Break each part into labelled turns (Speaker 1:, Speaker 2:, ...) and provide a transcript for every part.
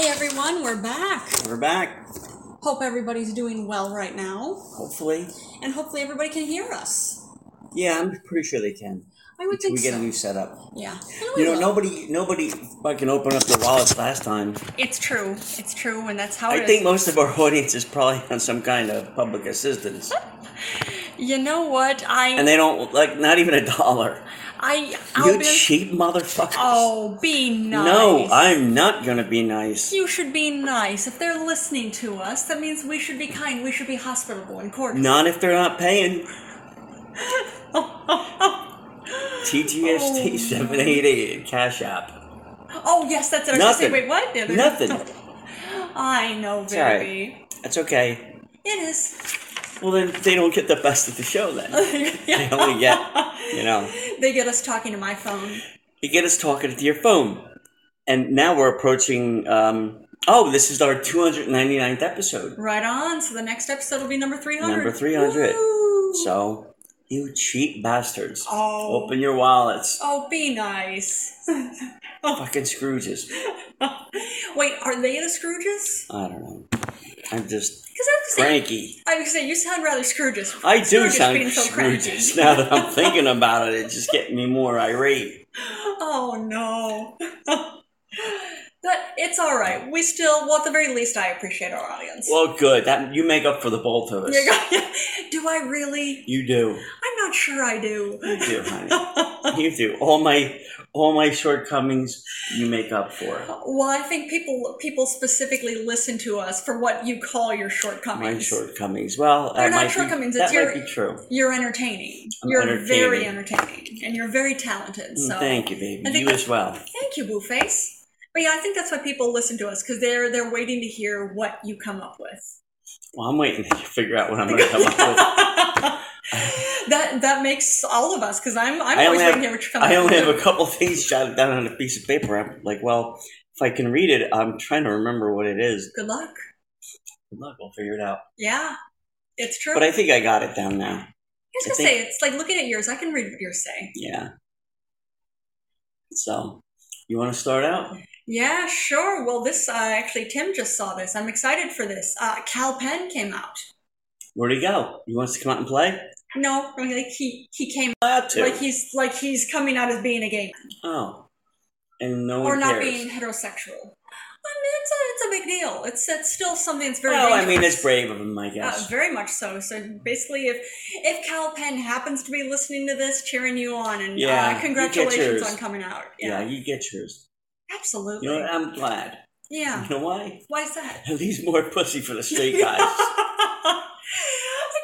Speaker 1: everyone. We're back.
Speaker 2: We're back,
Speaker 1: Hope everybody's doing well right now,
Speaker 2: hopefully.
Speaker 1: and hopefully everybody can hear us.
Speaker 2: Yeah, I'm pretty sure they can.
Speaker 1: I would think
Speaker 2: We get
Speaker 1: so. Oh,
Speaker 2: a new setup.
Speaker 1: yeah.
Speaker 2: You know, nobody, nobody fucking opened up their wallets last time.
Speaker 1: It's true. It's true, and that's how
Speaker 2: I think most of our audience is probably on some kind of public assistance,
Speaker 1: You know what? I
Speaker 2: and they don't like not even a dollar.
Speaker 1: I
Speaker 2: You
Speaker 1: I'll be,
Speaker 2: cheap motherfuckers!
Speaker 1: Oh, be nice.
Speaker 2: No, I'm not gonna be nice.
Speaker 1: you should be nice. If they're listening to us, that means we should be kind. We should be hospitable and cordial.
Speaker 2: Not if they're not paying.
Speaker 1: Oh,
Speaker 2: TGST seven eight eight Cash App.
Speaker 1: Oh yes, that's it. I was gonna say,
Speaker 2: Nothing.
Speaker 1: wait, what? Yeah, there's-
Speaker 2: Nothing.
Speaker 1: I know,
Speaker 2: all right.
Speaker 1: baby.
Speaker 2: That's okay.
Speaker 1: It is.
Speaker 2: Well, then they don't get the best of the show. Then they only get, you know.
Speaker 1: They get us talking to my phone.
Speaker 2: you get us talking to your phone. And now we're approaching. Um, oh, this is our 299th episode.
Speaker 1: Right on. So the next episode will be number 300.
Speaker 2: Number 300.
Speaker 1: Woo!
Speaker 2: So, you cheap bastards.
Speaker 1: Oh.
Speaker 2: Open your wallets. Oh,
Speaker 1: Oh, be nice.
Speaker 2: Fucking Scrooges.
Speaker 1: Wait, are they the Scrooges?
Speaker 2: I don't know. I'm just
Speaker 1: Because I was saying,
Speaker 2: cranky.
Speaker 1: I was saying you sound rather Scrooges.
Speaker 2: I do
Speaker 1: Scrooges
Speaker 2: sound
Speaker 1: being so
Speaker 2: Scrooges.
Speaker 1: cranky.
Speaker 2: Now that I'm thinking about it, it's just getting me more irate.
Speaker 1: Oh no. but it's all right. We still, well, at the very least, I appreciate our audience.
Speaker 2: Well, good. That You make up for the both of us.
Speaker 1: You go- do I really?
Speaker 2: You do.
Speaker 1: I'm not sure I do.
Speaker 2: You do, honey. you do. All my all my shortcomings, you make up for.
Speaker 1: Well, I think people people specifically listen to us for what you call your shortcomings.
Speaker 2: my shortcomings. Well,
Speaker 1: They're
Speaker 2: that
Speaker 1: not
Speaker 2: might
Speaker 1: shortcomings,
Speaker 2: Be,
Speaker 1: it's
Speaker 2: that
Speaker 1: your-
Speaker 2: might be true.
Speaker 1: You're entertaining.
Speaker 2: I'm
Speaker 1: you're
Speaker 2: entertaining. Mm,
Speaker 1: very entertaining, and you're very talented. So
Speaker 2: Thank you, baby.
Speaker 1: I think-
Speaker 2: You as well.
Speaker 1: Thank you, Boo Face. But yeah, I think that's why people listen to us because they're they're waiting to hear what you come up with.
Speaker 2: Well, I'm waiting to figure out what I'm going to come up with.
Speaker 1: that that makes all of us because I'm I'm
Speaker 2: I
Speaker 1: always waiting
Speaker 2: only
Speaker 1: to
Speaker 2: have-
Speaker 1: hear what you come
Speaker 2: I
Speaker 1: up
Speaker 2: only
Speaker 1: with.
Speaker 2: have a couple things jotted down on a piece of paper. I'm like, well, if I can read it, I'm trying to remember what it is.
Speaker 1: Good luck.
Speaker 2: Good luck. We'll figure it out.
Speaker 1: Yeah, it's true.
Speaker 2: But I think I got it down now.
Speaker 1: was
Speaker 2: I
Speaker 1: gonna
Speaker 2: think-
Speaker 1: say it's like looking at yours. I can read what yours say.
Speaker 2: Yeah. So, you want to start out?
Speaker 1: Yeah, sure. Well, this uh, actually Tim just saw this. I'm excited for this. Uh, Cal Penn came out.
Speaker 2: Where'd he go? You want us to come out and play?
Speaker 1: No, I mean, like he he came
Speaker 2: Glad to.
Speaker 1: like he's like he's coming out as being a gay man.
Speaker 2: oh. And no
Speaker 1: or
Speaker 2: one
Speaker 1: not
Speaker 2: cares.
Speaker 1: being heterosexual. I mean, it's a, it's a big deal. It's it's still something that's very.
Speaker 2: well, I mean,
Speaker 1: dangerous.
Speaker 2: it's brave of him, I
Speaker 1: Uh,
Speaker 2: guess.
Speaker 1: very much so. So basically, if if Cal Penn happens to be listening to this, cheering you on, and
Speaker 2: Yeah, you
Speaker 1: uh,
Speaker 2: get
Speaker 1: congratulations
Speaker 2: yours.
Speaker 1: on coming out.
Speaker 2: yeah,
Speaker 1: Yeah,
Speaker 2: you get yours.
Speaker 1: absolutely.
Speaker 2: You know, uh, what? I'm glad.
Speaker 1: yeah,
Speaker 2: You know why?
Speaker 1: why is that?
Speaker 2: At least more pussy for the straight guys.
Speaker 1: I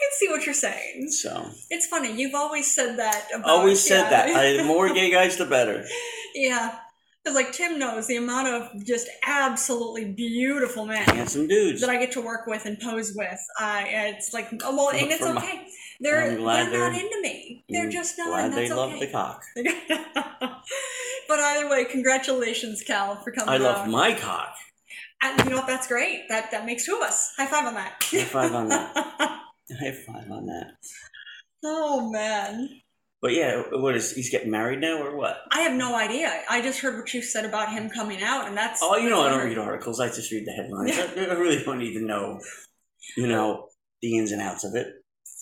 Speaker 1: can see what you're saying.
Speaker 2: so
Speaker 1: It's funny. You've always said that. About,
Speaker 2: always said
Speaker 1: yeah.
Speaker 2: that. I, the more gay guys, the better.
Speaker 1: yeah, because like Tim knows the amount of just absolutely beautiful men.
Speaker 2: Handsome dudes.
Speaker 1: that I get to work with and pose with. I it's like oh, well, and it's
Speaker 2: For my-
Speaker 1: okay. They're
Speaker 2: I'm glad
Speaker 1: they're not
Speaker 2: they're-
Speaker 1: into me. They're
Speaker 2: I'm
Speaker 1: just not.
Speaker 2: Mm. Glad
Speaker 1: and
Speaker 2: they
Speaker 1: that's
Speaker 2: love the
Speaker 1: okay.
Speaker 2: cock.
Speaker 1: but either way, congratulations, Cal, for coming
Speaker 2: I love
Speaker 1: out.
Speaker 2: my cock.
Speaker 1: and you know what? That's great. That that makes two of us. High five on that.
Speaker 2: High five on that. High five on that.
Speaker 1: oh man,
Speaker 2: But yeah, what is he's getting married now or what?
Speaker 1: I have no idea. I just heard what you said about him coming out, and that's
Speaker 2: Oh, you know, I
Speaker 1: that's
Speaker 2: don't
Speaker 1: weird.
Speaker 2: read articles. I just read the headlines. I, I really don't need to know, you know, the ins and outs of it.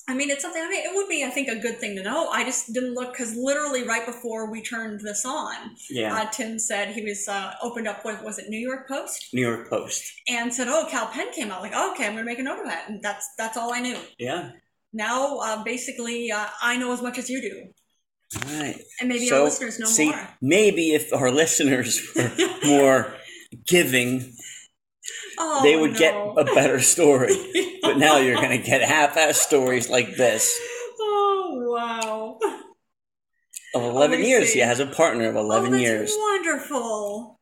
Speaker 1: I mean, it's something. I mean, it would be, I think, a good thing to know. I just didn't look because literally right before we turned this on,
Speaker 2: Yeah.
Speaker 1: Uh, Tim said he was uh, opened up with was it New York Post
Speaker 2: New York Post.
Speaker 1: and said, "Oh, Cal Penn came out." Like, oh, okay, I'm gonna make a note of that, and that's that's all I knew.
Speaker 2: Yeah.
Speaker 1: Now, uh, basically, uh, I know as much as you do,
Speaker 2: All right.
Speaker 1: and maybe
Speaker 2: So,
Speaker 1: our listeners know
Speaker 2: See,
Speaker 1: more.
Speaker 2: maybe if our listeners were more giving,
Speaker 1: Oh,
Speaker 2: they would
Speaker 1: no.
Speaker 2: get a better story. but now you're going to get half-ass stories like this.
Speaker 1: Oh wow!
Speaker 2: Of 11
Speaker 1: we
Speaker 2: years,
Speaker 1: see.
Speaker 2: he has a partner of 11
Speaker 1: oh, that's
Speaker 2: years.
Speaker 1: Wonderful.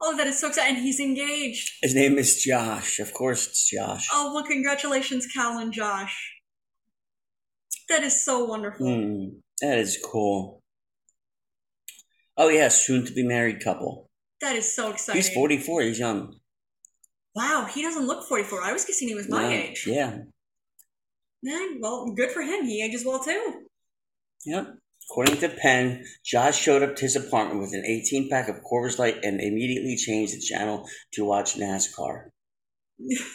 Speaker 1: Oh, that is so exciting! And he's engaged.
Speaker 2: His name is Josh. Of course, it's Josh.
Speaker 1: Oh well, congratulations, Cal and Josh. That is so wonderful.
Speaker 2: Hmm, that is cool. Oh yeah, soon-to-be married couple.
Speaker 1: That is so exciting.
Speaker 2: He's 44. He's young.
Speaker 1: Wow, he doesn't look 44. I was guessing he was my
Speaker 2: Yeah,
Speaker 1: age.
Speaker 2: Yeah.
Speaker 1: Man, well, good for him. He ages well too.
Speaker 2: Yep. According to Penn, Josh showed up to his apartment with an 18 pack of Coors Light and immediately changed the channel to watch NASCAR.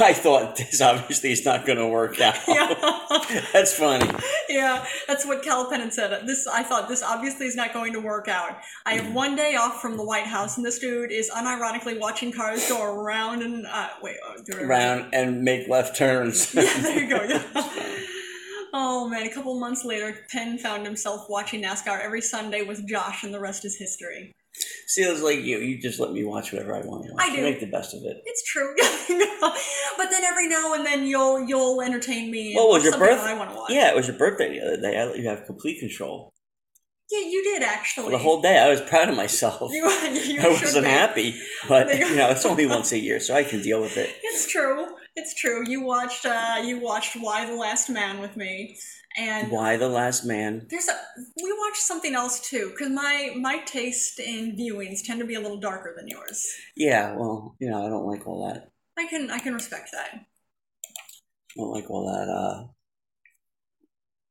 Speaker 2: I thought this obviously is not going to work out.
Speaker 1: Yeah.
Speaker 2: That's funny.
Speaker 1: yeah, that's what Cal Pennant said. This I thought this obviously is not going to work out. I
Speaker 2: Mm-hmm.
Speaker 1: have one day off from the White House, and this dude is unironically watching cars go around and uh, wait, oh, do it around.
Speaker 2: Round and make left turns.
Speaker 1: Yeah, there you go. Yeah. Oh man, a couple months later, Penn found himself watching NASCAR every Sunday with Josh, and the rest is history.
Speaker 2: See, it's like you. You just let me watch whatever I want to watch.
Speaker 1: I do.
Speaker 2: Make the best of it.
Speaker 1: It's true, but then every now and then you'll you'll entertain me.
Speaker 2: What
Speaker 1: and
Speaker 2: was your
Speaker 1: something
Speaker 2: birth-
Speaker 1: That I want to watch.
Speaker 2: Yeah, it was your birthday the other day. I let you have complete control.
Speaker 1: yeah, you did actually.
Speaker 2: The whole day, I was proud of myself.
Speaker 1: you, you
Speaker 2: I
Speaker 1: should
Speaker 2: wasn't
Speaker 1: be.
Speaker 2: happy, but
Speaker 1: There you
Speaker 2: you know, it's only once a year, so I can deal with it.
Speaker 1: It's true. It's true. You watched uh, you watched Why the Last Man with me, and
Speaker 2: Why the last man?
Speaker 1: there's a we watched something else too because my my taste in viewings tend to be a little darker than yours.
Speaker 2: Yeah, well, you know, I don't like all that.
Speaker 1: I can I can respect that.
Speaker 2: I don't like all that. Uh,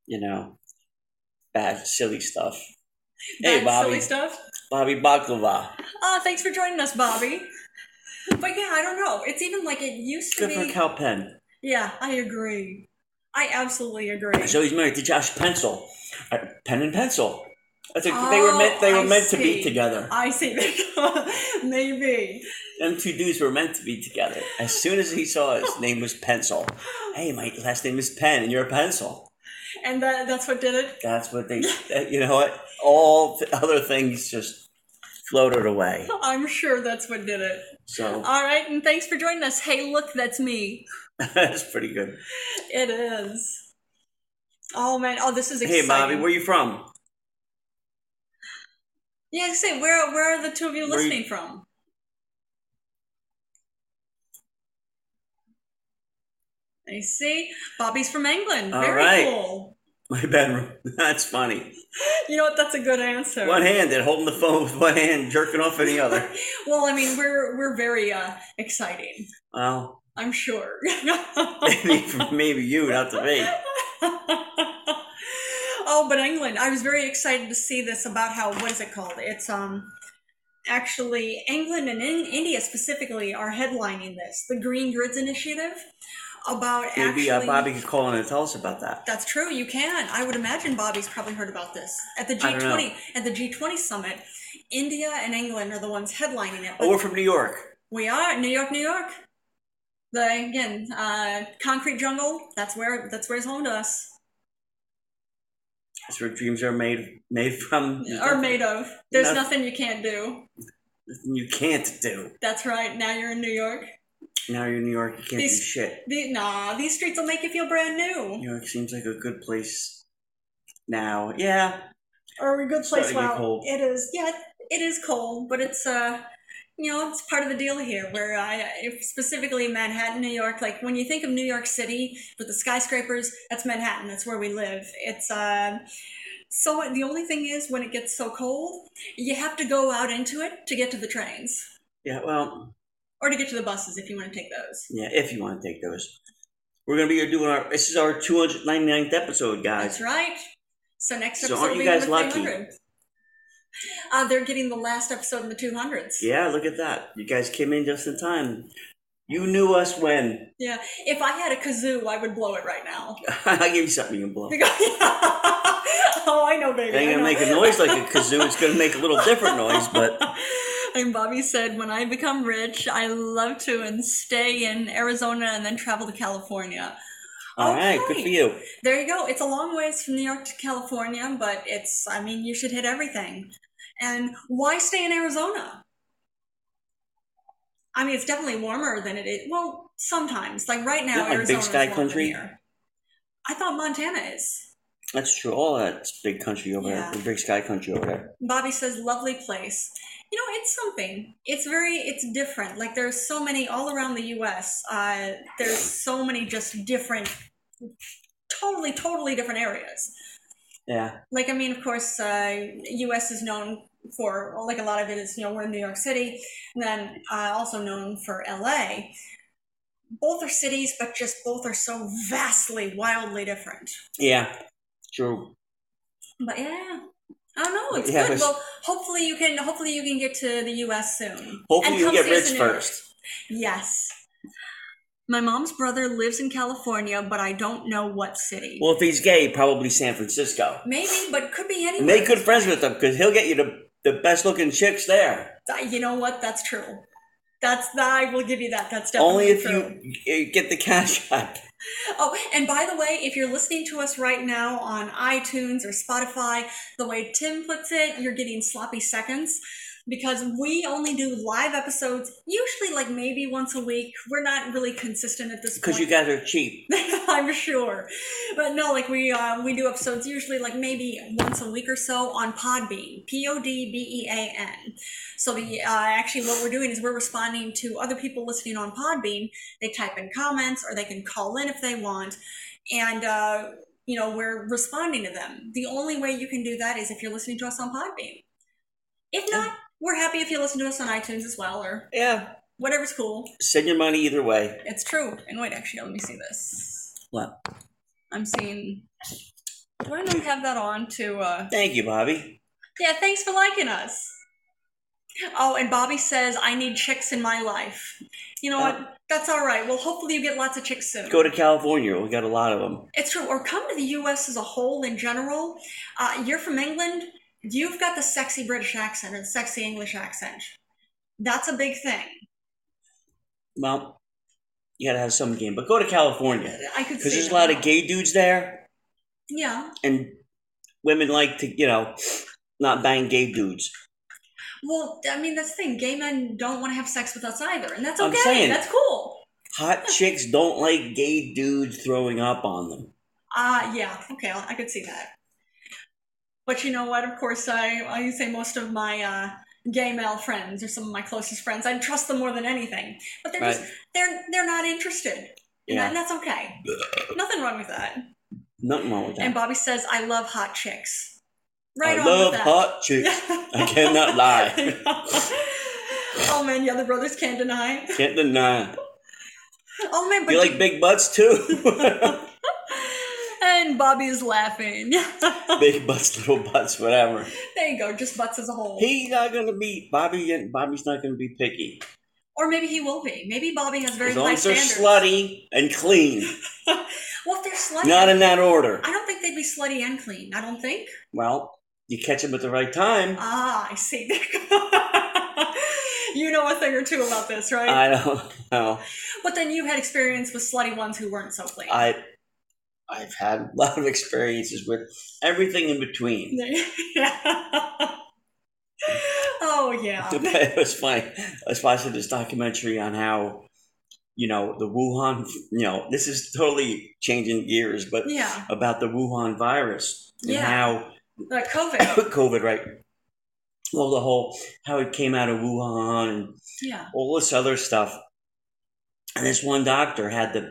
Speaker 2: you know, bad, silly stuff. Hey,
Speaker 1: Bad,
Speaker 2: Bobby.
Speaker 1: silly stuff.
Speaker 2: Bobby Baklava.
Speaker 1: Uh, thanks for joining us, Bobby. But yeah, I don't know. It's even like it used to
Speaker 2: Good for
Speaker 1: be.
Speaker 2: Cal Penn.
Speaker 1: yeah, I agree. I absolutely agree.
Speaker 2: So he's married to Josh Pencil. Uh, Pen and Pencil. That's a, they were meant. They
Speaker 1: Oh,
Speaker 2: were
Speaker 1: I
Speaker 2: meant to
Speaker 1: see.
Speaker 2: be together.
Speaker 1: I see. Maybe.
Speaker 2: Them two dudes were meant to be together. As soon as he saw his name was Pencil, hey, my last name is Pen, and you're a pencil.
Speaker 1: And that, that's what did it.
Speaker 2: That's what they. that- You know what? All the other things just floated away.
Speaker 1: I'm sure that's what did it.
Speaker 2: So
Speaker 1: All right, and thanks for joining us. Hey, look, that's me.
Speaker 2: that's pretty good.
Speaker 1: It is. Oh man! Oh, this is exciting.
Speaker 2: Hey, Bobby, where you from?
Speaker 1: yeah, say where where are the two of you
Speaker 2: Where you-
Speaker 1: listening from? I see. Bobby's from England.
Speaker 2: All
Speaker 1: Very
Speaker 2: right.
Speaker 1: cool.
Speaker 2: My bedroom. That's funny.
Speaker 1: You know what? That's a good answer.
Speaker 2: One handed, holding the phone with one hand, jerking off in the other.
Speaker 1: well, I mean, we're we're very uh, exciting.
Speaker 2: Well,
Speaker 1: I'm sure.
Speaker 2: maybe for maybe you, not to me.
Speaker 1: oh, but England. I was very excited to see this about how what is it called? It's um actually England and in- India specifically are headlining this, the Green Grids Initiative about
Speaker 2: Maybe uh,
Speaker 1: actually
Speaker 2: Bobby could call in and tell us about that.
Speaker 1: That's true. You can. I would imagine Bobby's probably heard about this at the
Speaker 2: I don't know.
Speaker 1: G20 at the G20 summit. India and England are the ones headlining it.
Speaker 2: Oh, we're from New York.
Speaker 1: We are New York, New York. The again, uh, concrete jungle. That's where that's where it's home to us.
Speaker 2: That's where dreams are made made from. There's
Speaker 1: are
Speaker 2: nothing-
Speaker 1: made of. There's
Speaker 2: Noth-
Speaker 1: nothing you can't do.
Speaker 2: nothing You can't do.
Speaker 1: That's right. Now you're in New York.
Speaker 2: Now you're in New York. You can't do
Speaker 1: These-
Speaker 2: shit.
Speaker 1: The, nah, these streets will make you feel brand new.
Speaker 2: New York seems like a good place now. Yeah,
Speaker 1: Or a good place.
Speaker 2: Starting to get
Speaker 1: Well,
Speaker 2: cold.
Speaker 1: it is. Yeah, it is cold, but it's uh, you know, it's part of the deal here. Where I if specifically Manhattan, New York. Like when you think of New York City with the skyscrapers, that's Manhattan. That's where we live. It's uh. So the only thing is, when it gets so cold, you have to go out into it to get to the trains
Speaker 2: yeah. Well,
Speaker 1: or to get to the buses if you want to take those.
Speaker 2: yeah. If you want to take those, we're gonna be here doing our. This is our 299th episode, guys.
Speaker 1: That's right. So next
Speaker 2: So
Speaker 1: episode
Speaker 2: aren't
Speaker 1: will
Speaker 2: you
Speaker 1: be
Speaker 2: guys
Speaker 1: number
Speaker 2: lucky?
Speaker 1: 300. Uh, they're getting the last episode in the 200s.
Speaker 2: Yeah, look at that. You guys came in just in time. You knew us when.
Speaker 1: If I had a kazoo, I would blow it right now.
Speaker 2: I'll give you something you can blow.
Speaker 1: oh, I know,
Speaker 2: It
Speaker 1: baby.
Speaker 2: ain't
Speaker 1: I
Speaker 2: gonna
Speaker 1: know.
Speaker 2: make a noise like a kazoo. It's gonna make a little different noise, but
Speaker 1: and Bobby said, "When I become rich, I love to and stay in Arizona and then travel to California."
Speaker 2: all right, good for
Speaker 1: Okay.
Speaker 2: you.
Speaker 1: There you go. It's a long ways from New York to California, but it's. I mean, you should hit everything. And why stay in Arizona? I mean, it's definitely warmer than it is. Well, sometimes, like right now,
Speaker 2: Not like big
Speaker 1: Arizona's
Speaker 2: sky
Speaker 1: warmer
Speaker 2: country?
Speaker 1: than here. I thought Montana is.
Speaker 2: That's true. All that's big country over
Speaker 1: Yeah.
Speaker 2: there, big sky country over there.
Speaker 1: Bobby says, lovely place. You know, it's something. It's very, it's different. Like, there's so many all around the US. Uh, there's so many just different, totally, totally different areas.
Speaker 2: Yeah,
Speaker 1: Like, I mean, of course, uh, US is known for, like, a lot of it is, you know, we're in New York City, and then uh, also known for LA. Both are cities, but just both are so vastly, wildly different.
Speaker 2: yeah, true.
Speaker 1: But yeah. I don't know. It's
Speaker 2: Yeah,
Speaker 1: good.
Speaker 2: but-
Speaker 1: Well, hopefully you can. Hopefully you can get to the U.S. soon.
Speaker 2: Hopefully
Speaker 1: And
Speaker 2: you
Speaker 1: come
Speaker 2: get
Speaker 1: see us
Speaker 2: rich
Speaker 1: in New York.
Speaker 2: first.
Speaker 1: Yes. My mom's brother lives in California, but I don't know what city.
Speaker 2: Well, if he's gay, probably San Francisco.
Speaker 1: Maybe, but could be
Speaker 2: And
Speaker 1: anywhere.
Speaker 2: make good friends with him because he'll get you the, the best looking chicks there.
Speaker 1: Uh, You know what? That's true. That's I will give you that. That's definitely
Speaker 2: Only if
Speaker 1: true.
Speaker 2: you eh, get the cash app.
Speaker 1: Oh, and by the way, if you're listening to us right now on iTunes or Spotify, the way Tim puts it, you're getting sloppy seconds because we only do live episodes, usually like maybe once a week. We're not really consistent at this
Speaker 2: because
Speaker 1: point.
Speaker 2: you guys are cheap.
Speaker 1: I'm sure, but no, like we um, we do episodes usually like maybe once a week or so on Podbean, P O D B E A N. So the uh, actually what we're doing is we're responding to other people listening on Podbean. They type in comments or they can call in if they want, and uh, you know we're responding to them. The only way you can do that is if you're listening to us on Podbean. If not, we're happy if you listen to us on iTunes as well or
Speaker 2: Yeah.
Speaker 1: whatever's cool.
Speaker 2: Send your money either way.
Speaker 1: It's true. And wait, actually, let me see this.
Speaker 2: What?
Speaker 1: I'm seeing. Do I not have that on to? uh
Speaker 2: Thank you, Bobby.
Speaker 1: Yeah, thanks for liking us. Oh, and Bobby says I need chicks in my life. You know what? That's all right. Well, hopefully you get lots of chicks soon.
Speaker 2: Uh, Go to California. We got a lot of them.
Speaker 1: It's true. Or come to the U.S. as a whole in general. Uh, you're from England. You've got the sexy British accent or the sexy English accent. That's a big thing.
Speaker 2: Well, you got to have some game. But go to California
Speaker 1: I could see.
Speaker 2: because there's a
Speaker 1: that.
Speaker 2: lot of gay dudes there,
Speaker 1: Yeah.
Speaker 2: and women like to, you know, not bang gay dudes.
Speaker 1: Well, I mean, that's the thing. Gay men don't want to have sex with us either, and that's
Speaker 2: I'm
Speaker 1: okay.
Speaker 2: saying-
Speaker 1: that's cool.
Speaker 2: Hot chicks don't like gay dudes throwing up on them.
Speaker 1: Ah, yeah. Okay, I I could see that. But you know what? Of course, I I say most of my uh, gay male friends are some of my closest friends. I trust them more than anything. But they're
Speaker 2: Right?
Speaker 1: just they're they're not interested. And that-
Speaker 2: Yeah.
Speaker 1: And that's okay. Nothing wrong with that.
Speaker 2: Nothing wrong with
Speaker 1: And
Speaker 2: that.
Speaker 1: Bobby says, "I love hot chicks." Right
Speaker 2: I
Speaker 1: on
Speaker 2: love
Speaker 1: with that.
Speaker 2: hot chicks. I cannot lie.
Speaker 1: oh man, yeah, the brothers can't deny.
Speaker 2: Can't deny.
Speaker 1: Oh man, but
Speaker 2: You
Speaker 1: you-
Speaker 2: like big butts too?
Speaker 1: and Bobby is laughing. there
Speaker 2: big butts, little butts, whatever.
Speaker 1: you go, just butts as a whole.
Speaker 2: He's not gonna be Bobby. Bobby's not gonna be picky
Speaker 1: or maybe he will be. Maybe Bobby has very
Speaker 2: as
Speaker 1: high
Speaker 2: long as they're
Speaker 1: standards.
Speaker 2: slutty and clean.
Speaker 1: Well, if they're slutty,
Speaker 2: Not in that order.
Speaker 1: I don't think they'd be slutty and clean. I don't think.
Speaker 2: Well, you catch them at the right time.
Speaker 1: Ah, I see. you know a thing or two about this, right?
Speaker 2: I don't know.
Speaker 1: but then you've had experience with slutty ones who weren't so clean.
Speaker 2: I I've had a lot of experiences with everything in between.
Speaker 1: oh yeah.
Speaker 2: it was funny. I was watching this documentary on how you know the Wuhan. You know this is totally changing gears, but
Speaker 1: Yeah,
Speaker 2: about the Wuhan virus and
Speaker 1: Yeah.
Speaker 2: how
Speaker 1: like COVID.
Speaker 2: COVID, right? Well, the whole how it came out of Wuhan and
Speaker 1: Yeah.
Speaker 2: all this other stuff. And this one doctor had the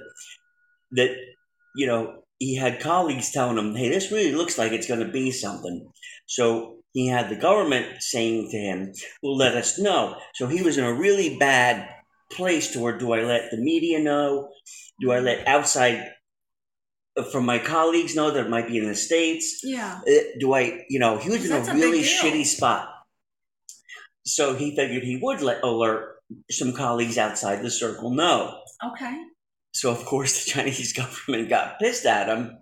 Speaker 2: that you know he had colleagues telling him, "Hey, this really looks like it's going to be something." So he had the government saying to him, "Well, let us know." So he was in a really bad place to where do I let the media know? Do I let outside uh, from my colleagues know that it might be in the states?
Speaker 1: Yeah.
Speaker 2: uh, do I, you know, he was in
Speaker 1: That's
Speaker 2: a
Speaker 1: a big
Speaker 2: really
Speaker 1: deal.
Speaker 2: shitty spot. So he figured he would let alert some colleagues outside the circle know.
Speaker 1: Okay.
Speaker 2: So of course the Chinese government got pissed at him,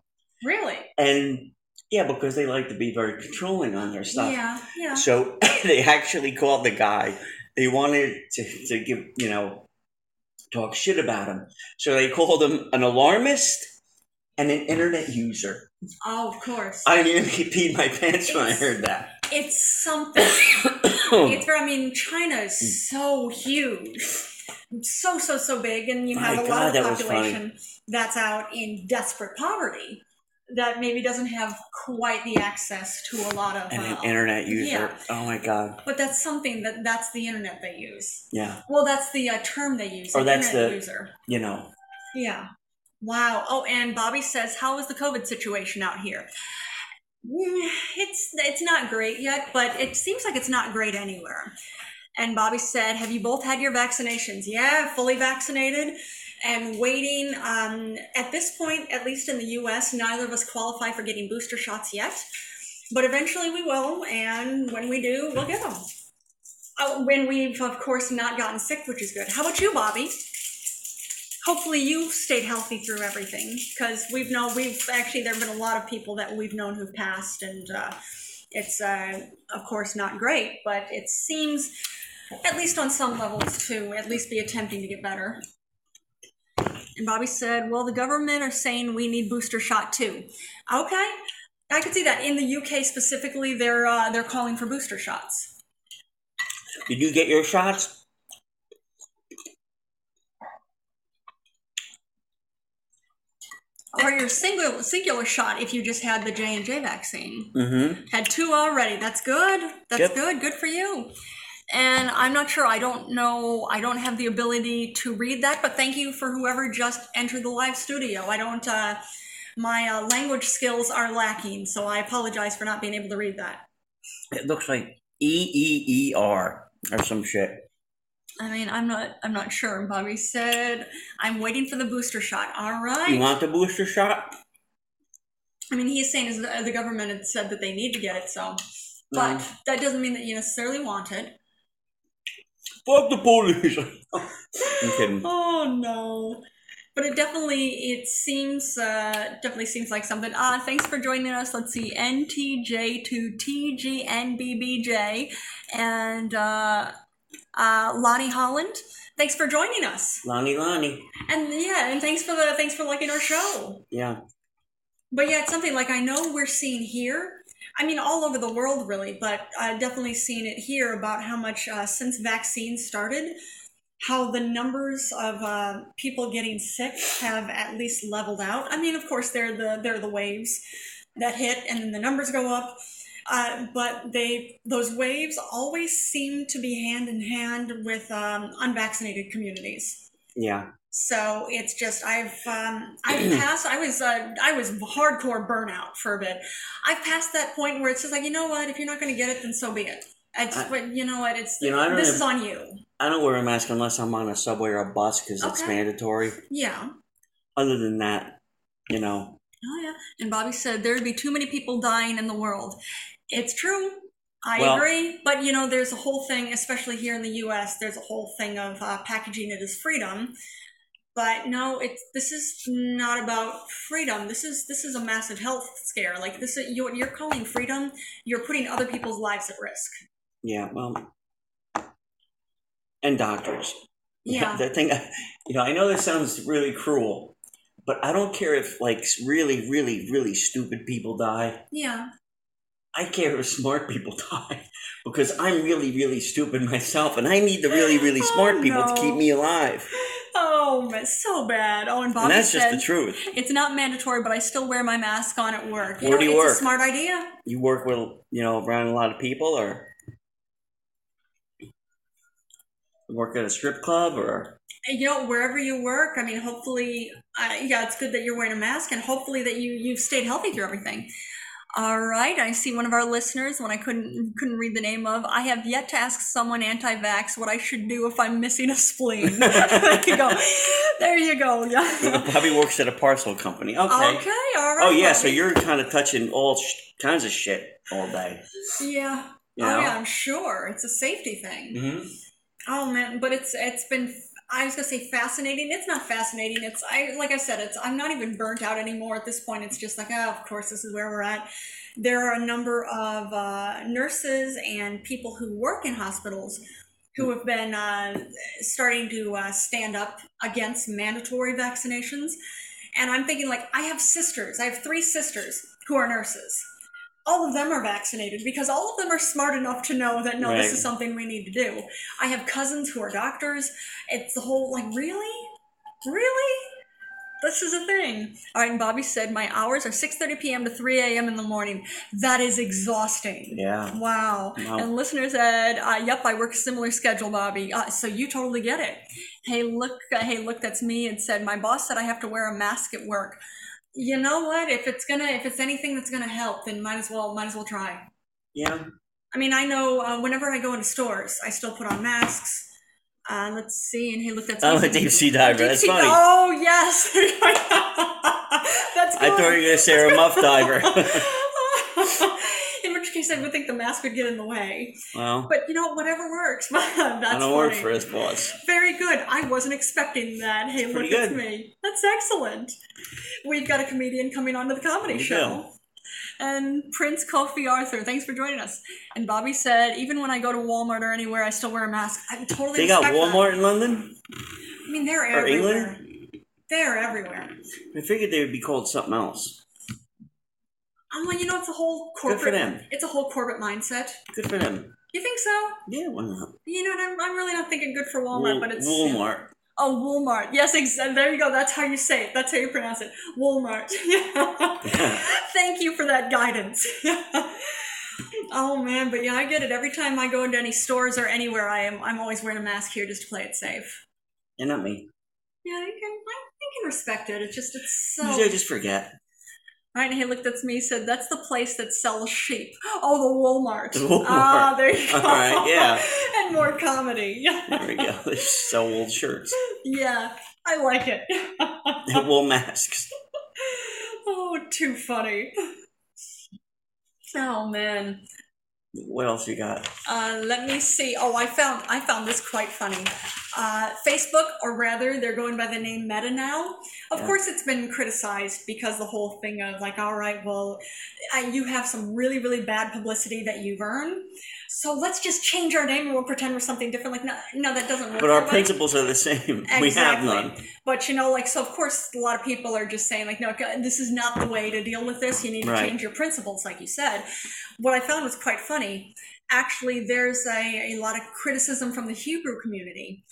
Speaker 1: Really?
Speaker 2: and yeah, because they like to be very controlling on their stuff.
Speaker 1: Yeah. Yeah.
Speaker 2: So they actually called the guy. They wanted to, to give, you know, talk shit about him. So they called him an alarmist and an internet user.
Speaker 1: Oh, of course.
Speaker 2: I nearly peed my pants when I heard that.
Speaker 1: it's something. it's where I mean, China is so huge, so so so big, and you
Speaker 2: My
Speaker 1: have a
Speaker 2: God,
Speaker 1: lot of
Speaker 2: that was
Speaker 1: population that's out in desperate poverty that maybe doesn't have quite the access to a lot of.
Speaker 2: and
Speaker 1: uh,
Speaker 2: an internet user.
Speaker 1: yeah.
Speaker 2: Oh my god.
Speaker 1: but that's something that that's the internet they use.
Speaker 2: Yeah.
Speaker 1: Well, that's the uh, term they use.
Speaker 2: Or
Speaker 1: an
Speaker 2: that's
Speaker 1: internet
Speaker 2: the-
Speaker 1: user.
Speaker 2: You know.
Speaker 1: Yeah. Wow. Oh, and Bobby says, "How is the COVID situation out here?" Mm, It's it's not great yet, but it seems like it's not great anywhere. And Bobby said, "Have you both had your vaccinations?" Yeah, fully vaccinated, and waiting. Um, at this point, at least in the U.S., neither of us qualify for getting booster shots yet. But eventually we will, and when we do, we'll get them. Uh, when we've, of course, not gotten sick, which is good. How about you, Bobby? Hopefully you've stayed healthy through everything because we've known we've actually there have been a lot of people that we've known who've passed and uh, it's uh, of course not great but it seems at least on some levels to at least be attempting to get better and Bobby said, Well, the government are saying we need booster shot too. Okay. I could see that. In the UK specifically, they're uh, they're calling for booster shots.
Speaker 2: Did you get your shots?
Speaker 1: Or your singular singular shot if you just had the J and J vaccine.
Speaker 2: Mm-hmm.
Speaker 1: Had two already. That's good. That's
Speaker 2: Yep.
Speaker 1: good. Good for you. And I'm not sure. I don't know. I don't have the ability to read that. But thank you for whoever just entered the live studio. I don't. Uh, my uh, language skills are lacking, so I apologize for not being able to read that.
Speaker 2: It looks like E E E R or some shit.
Speaker 1: I mean, I'm not. I'm not sure. Bobby said, "I'm waiting for the booster shot." All right.
Speaker 2: You want the booster shot?
Speaker 1: I mean, he's saying is the, the government had said that they need to get it, so. But
Speaker 2: Mm.
Speaker 1: that doesn't mean that you necessarily want it.
Speaker 2: Fuck the police. I'm kidding.
Speaker 1: Oh no. But it definitely it seems uh, definitely seems like something. Uh, thanks for joining us. Let's see, NTJ to TGNBBJ, and uh, uh, Lonnie Holland. Thanks for joining us,
Speaker 2: Lonnie Lonnie.
Speaker 1: and yeah, and thanks for the thanks for liking our show.
Speaker 2: Yeah.
Speaker 1: But yeah, it's something like I know we're seeing here. I mean, all over the world, really, but uh, definitely seeing it here about how much uh, since vaccines started, how the numbers of uh, people getting sick have at least leveled out. I mean, of course, they're the they're the waves that hit, and then the numbers go up. Uh, but they those waves always seem to be hand in hand with um, unvaccinated communities.
Speaker 2: Yeah.
Speaker 1: So it's just I've um, I've passed. I was uh, I was hardcore burnout for a bit. I've passed that point where it's just like you know what if you're not going to get it then so be it. It's
Speaker 2: I-
Speaker 1: but you know what it's
Speaker 2: You know, I don't
Speaker 1: this
Speaker 2: have-
Speaker 1: is on you.
Speaker 2: I don't wear a mask unless I'm on a subway or a bus because it's
Speaker 1: Okay.
Speaker 2: mandatory.
Speaker 1: Yeah.
Speaker 2: Other than that, you know,
Speaker 1: Oh yeah. And Bobby said there'd be too many people dying in the world. It's true. I
Speaker 2: Well-
Speaker 1: agree, but you know, there's a whole thing, especially here in the U.S. There's a whole thing of uh, packaging it as freedom. But no, it's this is not about freedom. This is this is a massive health scare. Like this, is, you, what you're calling freedom, you're putting other people's lives at risk.
Speaker 2: yeah, well, and doctors.
Speaker 1: Yeah,
Speaker 2: The thing, you know, I know this sounds really cruel, but I don't care if like really, really, really stupid people die.
Speaker 1: yeah.
Speaker 2: I care if smart people die because I'm really, really stupid myself, and I need the really, really smart
Speaker 1: Oh,
Speaker 2: people
Speaker 1: no.
Speaker 2: to keep me alive.
Speaker 1: Oh, man, so bad. Oh, and Bobby
Speaker 2: and that's
Speaker 1: said
Speaker 2: just the truth.
Speaker 1: it's not mandatory, but I still wear my mask on at work.
Speaker 2: Where do you
Speaker 1: it's
Speaker 2: work?
Speaker 1: A smart idea.
Speaker 2: You work with, you know, around a lot of people, or work at a strip club, or
Speaker 1: you know wherever you work i mean hopefully uh, yeah it's good that you're wearing a mask and hopefully that you you've stayed healthy through everything all right i see one of our listeners when i couldn't couldn't read the name of i have yet to ask someone anti-vax what i should do if i'm missing a spleen there you go there you go yeah
Speaker 2: Bobby works at a parcel company. Okay.
Speaker 1: okay all right
Speaker 2: Oh yeah, so
Speaker 1: Bobby.
Speaker 2: you're kind of touching all sh- kinds of shit all day.
Speaker 1: yeah
Speaker 2: You
Speaker 1: oh
Speaker 2: know?
Speaker 1: yeah i'm sure it's a safety thing
Speaker 2: Mm-hmm.
Speaker 1: Oh man, but it's it's been I was gonna say fascinating. It's not fascinating. It's I like I said, it's I'm not even burnt out anymore at this point. It's just like, oh, of course, this is where we're at. There are a number of uh, nurses and people who work in hospitals who have been uh, starting to uh, stand up against mandatory vaccinations. And I'm thinking, like, I have sisters. I have three sisters who are nurses. All of them are vaccinated because all of them are smart enough to know that no, this
Speaker 2: Right.
Speaker 1: is something we need to do. I have cousins who are doctors. It's the whole like, really? Really? This is a thing. All right, and Bobby said my hours are 6:30 p.m. to 3 a.m. in the morning. That is exhausting.
Speaker 2: Yeah.
Speaker 1: Wow.
Speaker 2: Wow.
Speaker 1: And listener said, uh, "Yep, I work a similar schedule, Bobby. Uh, so you totally get it." Hey, look, uh, hey, look, that's me. And said, "My boss said I have to wear a mask at work." You know what? If it's gonna, if it's anything that's gonna help, then might as well, might as well try.
Speaker 2: Yeah.
Speaker 1: I mean, I know uh, whenever I go into stores, I still put on masks. Uh, let's see. And hey, look, that's
Speaker 2: I'm
Speaker 1: me.
Speaker 2: a deep sea diver. That's
Speaker 1: Deep sea-
Speaker 2: funny.
Speaker 1: Oh yes, that's good.
Speaker 2: I thought you were gonna say you're a muff diver.
Speaker 1: I which case I would think the mask would get in the way.
Speaker 2: Well,
Speaker 1: But you know, whatever works. That's
Speaker 2: I don't
Speaker 1: funny.
Speaker 2: work for his boss.
Speaker 1: Very good. I wasn't expecting that. Hey,
Speaker 2: It's
Speaker 1: look
Speaker 2: pretty
Speaker 1: at
Speaker 2: good.
Speaker 1: me. That's excellent. We've got a comedian coming on to the comedy
Speaker 2: We
Speaker 1: show. And Prince Kofi Arthur, thanks for joining us. And Bobby said, even when I go to Walmart or anywhere, I still wear a mask. I would totally
Speaker 2: They got
Speaker 1: respect that.
Speaker 2: Walmart in London.
Speaker 1: I mean, they're
Speaker 2: Or England?
Speaker 1: everywhere. They're everywhere.
Speaker 2: I figured they would be called something else.
Speaker 1: I'm like, you know, it's a whole
Speaker 2: Good
Speaker 1: corporate.
Speaker 2: for them.
Speaker 1: It's a whole corporate mindset.
Speaker 2: Good for them.
Speaker 1: You think so?
Speaker 2: Yeah, why not?
Speaker 1: You know, what, I'm, I'm really not thinking good for Walmart,
Speaker 2: Wal-
Speaker 1: but it's
Speaker 2: Walmart.
Speaker 1: Oh, Walmart. Yes, exactly. There you go. That's how you say it. That's how you pronounce it. Walmart. Thank you for that guidance. oh man, but yeah, I get it. Every time I go into any stores or anywhere, I am I'm always wearing a mask here just to play it safe.
Speaker 2: And not me.
Speaker 1: Yeah, you can. I I can respect it. It's just it's so.
Speaker 2: Usually I just forget.
Speaker 1: All right, hey, look, that's me. Said that's the place that sells sheep. Oh, the Walmart.
Speaker 2: The Walmart.
Speaker 1: Ah, there you go.
Speaker 2: All right, yeah.
Speaker 1: and more comedy.
Speaker 2: There we go. They sell old shirts.
Speaker 1: yeah, I like it.
Speaker 2: They wool masks.
Speaker 1: oh, too funny. Oh man.
Speaker 2: What else you got?
Speaker 1: Uh, let me see. Oh, I found I found this quite funny. Uh, Facebook, or rather, they're going by the name Meta now. Of
Speaker 2: Yeah.
Speaker 1: course, it's been criticized because the whole thing of like, all right, well, I, you have some really really bad publicity that you've earned, so let's just change our name and we'll pretend we're something different. Like, no, no, that doesn't work.
Speaker 2: But our
Speaker 1: that way.
Speaker 2: principles are the same. We have
Speaker 1: Exactly.
Speaker 2: none.
Speaker 1: But you know, like, so of course, a lot of people are just saying, like, no, this is not the way to deal with this. You need to
Speaker 2: Right.
Speaker 1: change your principles, like you said. What I found was quite funny. Actually, there's a, a lot of criticism from the Hebrew community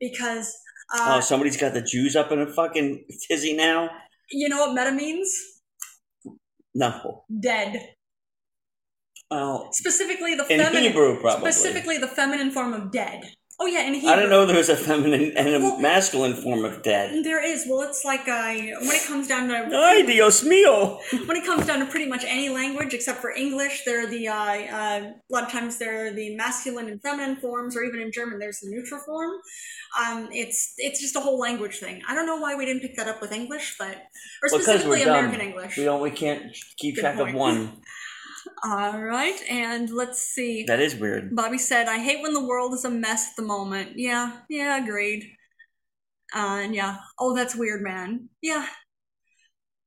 Speaker 1: because,
Speaker 2: Oh,
Speaker 1: uh,
Speaker 2: somebody's got the Jews up in a fucking tizzy now?
Speaker 1: you know what meta means?
Speaker 2: No.
Speaker 1: Dead.
Speaker 2: Oh,
Speaker 1: Specifically, the
Speaker 2: in
Speaker 1: feminine.
Speaker 2: Hebrew, probably.
Speaker 1: Specifically, the feminine form of dead. Oh, yeah, in Hebrew.
Speaker 2: I don't know there's a feminine and a
Speaker 1: Well-
Speaker 2: masculine form of dead.
Speaker 1: There is. Well, it's like a, when it comes down to
Speaker 2: Ay, Dios mío!
Speaker 1: when it comes down to pretty much any language except for English, there are the uh, uh, a lot of times there are the masculine and feminine forms, or even in German, there's the neutral form. Um, it's it's just a whole language thing. I don't know why we didn't pick that up with English, but or
Speaker 2: Well, 'cause we're
Speaker 1: specifically
Speaker 2: dumb.
Speaker 1: American English.
Speaker 2: We don't. We can't keep
Speaker 1: Good
Speaker 2: track
Speaker 1: point.
Speaker 2: of one.
Speaker 1: All right, and let's see.
Speaker 2: That is weird.
Speaker 1: Bobby said, "I hate when the world is a mess at the moment." Yeah, yeah, agreed. Uh, and yeah, oh, that's weird, man. Yeah,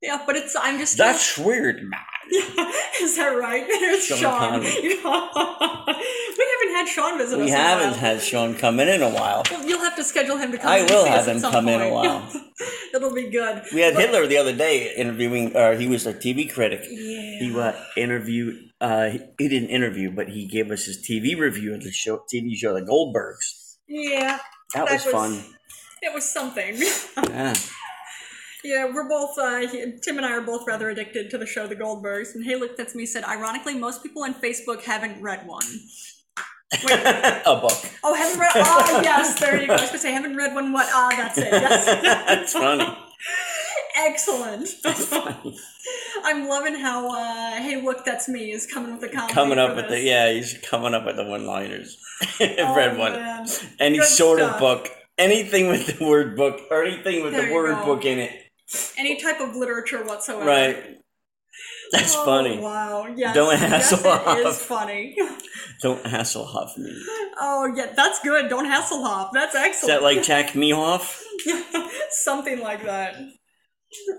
Speaker 1: yeah, but it's I'm just
Speaker 2: That's weird, man.
Speaker 1: Yeah, is that right? There's
Speaker 2: Sean
Speaker 1: Sean.
Speaker 2: Connery.
Speaker 1: we haven't had Sean visit us.
Speaker 2: We
Speaker 1: in a
Speaker 2: haven't
Speaker 1: while.
Speaker 2: had Sean come in in a while.
Speaker 1: Well, you'll have to schedule him to come.
Speaker 2: I
Speaker 1: in and
Speaker 2: will
Speaker 1: see
Speaker 2: have
Speaker 1: us at
Speaker 2: him
Speaker 1: some
Speaker 2: come in a
Speaker 1: point.
Speaker 2: while.
Speaker 1: It'll be good.
Speaker 2: We had
Speaker 1: But-
Speaker 2: Hitler the other day interviewing, or he was a TV critic.
Speaker 1: Yeah.
Speaker 2: He uh, interviewed, uh, he- he didn't interview, but he gave us his TV review of the show, TV show The Goldbergs.
Speaker 1: yeah,
Speaker 2: That,
Speaker 1: That
Speaker 2: was,
Speaker 1: was-
Speaker 2: fun.
Speaker 1: it was something.
Speaker 2: Yeah.
Speaker 1: yeah, we're both. Uh, he- Tim and I are both rather addicted to the show The Goldbergs. And hey, look, that's me. Said ironically, most people on Facebook haven't read one.
Speaker 2: a book.
Speaker 1: Oh, haven't read. Oh, yes, there you go. I was gonna say haven't read one. What? Ah, that's it. Yes.
Speaker 2: That's funny.
Speaker 1: Excellent. I'm loving how uh, hey look that's me is coming with the comedy.
Speaker 2: Coming
Speaker 1: for
Speaker 2: up with the,
Speaker 1: this.
Speaker 2: yeah, he's coming up with the one-liners.
Speaker 1: Oh,
Speaker 2: Read one.
Speaker 1: man.
Speaker 2: any
Speaker 1: Good
Speaker 2: sort
Speaker 1: stuff.
Speaker 2: of book, anything with the word book, or anything with
Speaker 1: There
Speaker 2: the
Speaker 1: you
Speaker 2: word
Speaker 1: go.
Speaker 2: book in it.
Speaker 1: Any type of literature whatsoever.
Speaker 2: Right. That's
Speaker 1: Oh,
Speaker 2: funny.
Speaker 1: Wow. Yes.
Speaker 2: Don't
Speaker 1: yes,
Speaker 2: hassle
Speaker 1: It
Speaker 2: off.
Speaker 1: is funny.
Speaker 2: Don't Hasselhoff me.
Speaker 1: Oh yeah, that's good. Don't hassle hop. That's
Speaker 2: Is
Speaker 1: excellent.
Speaker 2: that like Jack Mehoff?
Speaker 1: Something like that.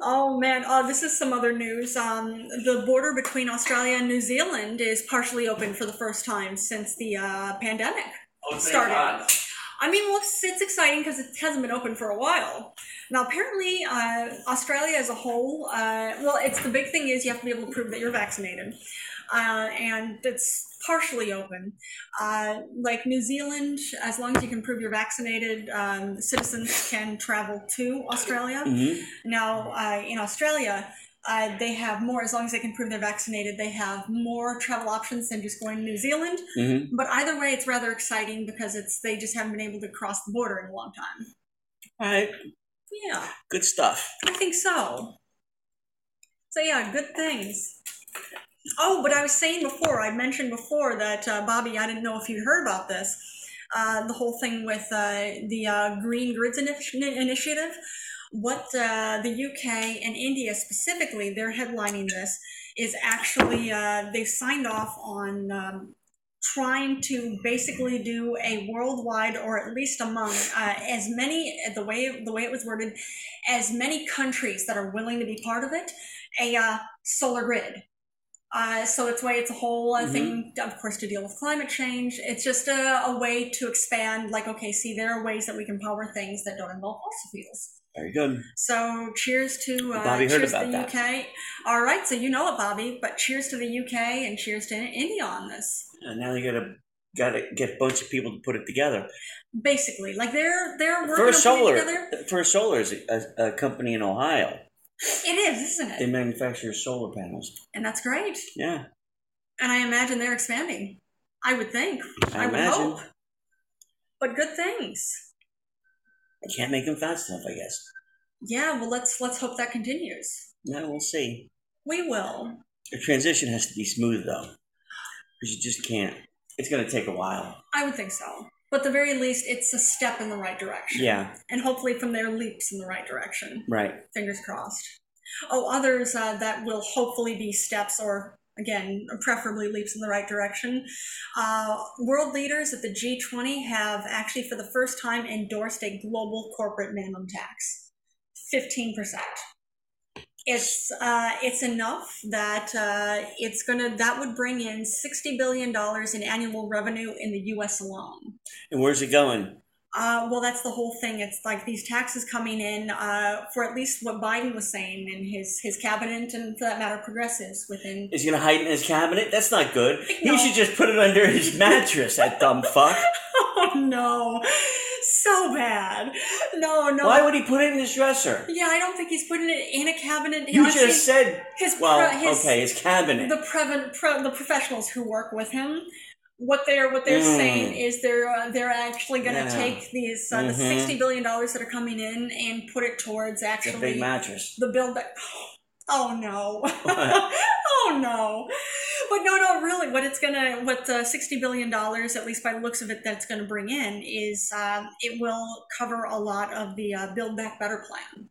Speaker 1: Oh man, oh, this is some other news. Um, the border between Australia and New Zealand is partially open for the first time since the uh, pandemic.
Speaker 2: Oh,
Speaker 1: started. I mean, well, it's, it's exciting because it hasn't been open for a while. Now, apparently, uh, Australia as a whole, uh, well, it's the big thing is you have to be able to prove that you're vaccinated, uh, and it's partially open. Uh, like New Zealand, as long as you can prove you're vaccinated, um, citizens can travel to Australia.
Speaker 2: hmm
Speaker 1: Now, uh, in Australia, uh, they have more, as long as they can prove they're vaccinated, they have more travel options than just going to New Zealand.
Speaker 2: hmm
Speaker 1: But either way, it's rather exciting because it's they just haven't been able to cross the border in a long time.
Speaker 2: All right.
Speaker 1: Yeah,
Speaker 2: Good stuff.
Speaker 1: I think so. So yeah, good things. Oh, but I was saying before, I mentioned before that uh, Bobby, I didn't know if you heard about this, uh, the whole thing with uh, the uh, Green Grids initi- initiative. What uh, the UK and India specifically, they're headlining this is actually uh, they've signed off on um, trying to basically do a worldwide or at least among uh, as many the way the way it was worded as many countries that are willing to be part of it a uh, solar grid uh, so it's way it's a whole uh, thing of course to deal with climate change it's just a, a way to expand like okay see there are ways that we can power things that don't involve fossil fuels
Speaker 2: Very good.
Speaker 1: so cheers to uh,
Speaker 2: Bobby heard
Speaker 1: cheers to
Speaker 2: about
Speaker 1: the
Speaker 2: that.
Speaker 1: UK. All right, so you know it, Bobby, but cheers to the UK and cheers to India on this.
Speaker 2: And now they gotta gotta get a bunch of people to put it together.
Speaker 1: Basically, like they're they're working
Speaker 2: First
Speaker 1: on putting it
Speaker 2: Solar,
Speaker 1: together.
Speaker 2: First Solar is a, a company in Ohio.
Speaker 1: It is, isn't
Speaker 2: They
Speaker 1: it?
Speaker 2: manufacture solar panels.
Speaker 1: And that's great.
Speaker 2: Yeah,
Speaker 1: And I imagine they're expanding. I would think.
Speaker 2: I,
Speaker 1: would
Speaker 2: imagine.
Speaker 1: hope. But good things.
Speaker 2: I can't make them fast enough, I guess.
Speaker 1: Yeah, well let's let's hope that continues.
Speaker 2: No, we'll see.
Speaker 1: We will.
Speaker 2: The transition has to be smooth though, because you just can't. It's gonna take a while.
Speaker 1: I would think so. But at the very least it's a step in the right direction.
Speaker 2: Yeah,
Speaker 1: And hopefully from there leaps in the right direction.
Speaker 2: right.
Speaker 1: fingers crossed. Oh, others uh, that will hopefully be steps or again preferably leaps in the right direction uh, world leaders at the g20 have actually for the first time endorsed a global corporate minimum tax 15% it's uh, it's enough that uh, it's gonna that would bring in 60 billion dollars in annual revenue in the us alone
Speaker 2: And where's it going?
Speaker 1: uh, well, that's the whole thing. It's like these taxes coming in uh, for at least what Biden was saying in his, his cabinet, and for that matter, progressives within.
Speaker 2: Is he gonna hide in his cabinet? That's not good.
Speaker 1: No.
Speaker 2: He should just put it under his mattress. that dumb fuck.
Speaker 1: Oh no, so bad. No, no.
Speaker 2: Why would he put it in his dresser?
Speaker 1: yeah, I don't think he's putting it in a cabinet.
Speaker 2: You
Speaker 1: Honestly,
Speaker 2: just said.
Speaker 1: his pre-
Speaker 2: Well,
Speaker 1: his,
Speaker 2: okay, his cabinet.
Speaker 1: the prevent pro, the professionals who work with him what they're what they're
Speaker 2: Mm.
Speaker 1: saying is they're uh, they're actually going to
Speaker 2: Yeah.
Speaker 1: take these uh, the
Speaker 2: Mhm.
Speaker 1: 60 billion dollars that are coming in and put it towards
Speaker 2: It's a
Speaker 1: actually
Speaker 2: big mattress.
Speaker 1: the build that oh no
Speaker 2: What?
Speaker 1: oh no but no no really what it's gonna what the 60 billion dollars at least by the looks of it that's gonna bring in is um, it will cover a lot of the uh, build back better plan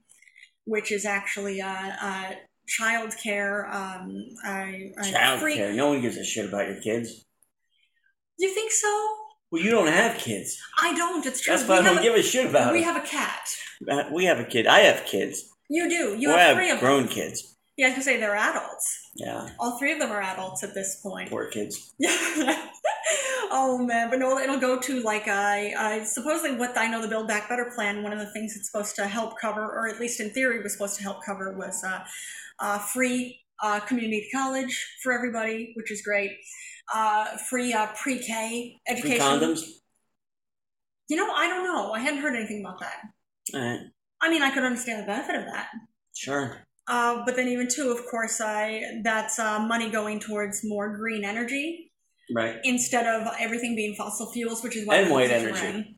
Speaker 1: which is actually uh, uh, child care um, I, I
Speaker 2: Child
Speaker 1: free-
Speaker 2: care. No one gives a shit about your kids.
Speaker 1: you think so
Speaker 2: Well, you don't have kids.
Speaker 1: i don't it's true
Speaker 2: That's why I
Speaker 1: we, have
Speaker 2: don't give a shit
Speaker 1: a,
Speaker 2: about
Speaker 1: we
Speaker 2: it.
Speaker 1: have a cat
Speaker 2: Uh, We have a kid. I have kids.
Speaker 1: you do you
Speaker 2: Well,
Speaker 1: have
Speaker 2: I
Speaker 1: three
Speaker 2: have
Speaker 1: of them
Speaker 2: grown kids.
Speaker 1: yeah i was gonna say they're adults
Speaker 2: Yeah,
Speaker 1: all three of them are adults at this point
Speaker 2: poor kids.
Speaker 1: Yeah. oh man, but no, it'll go to like I, I supposedly what I know the Build Back Better plan. One of the things it's supposed to help cover, or at least in theory, was supposed to help cover, was uh, uh, free uh, community college for everybody, which is great. Uh, free uh, pre-K
Speaker 2: Free
Speaker 1: education.
Speaker 2: condoms.
Speaker 1: You know, I don't know. I hadn't heard anything about that.
Speaker 2: All right,
Speaker 1: I mean, I could understand the benefit of that.
Speaker 2: sure.
Speaker 1: Uh, but then even too, of course, I that's uh, money going towards more green energy,
Speaker 2: Right.
Speaker 1: instead of everything being fossil fuels, which is why
Speaker 2: And white
Speaker 1: we're
Speaker 2: energy.
Speaker 1: in.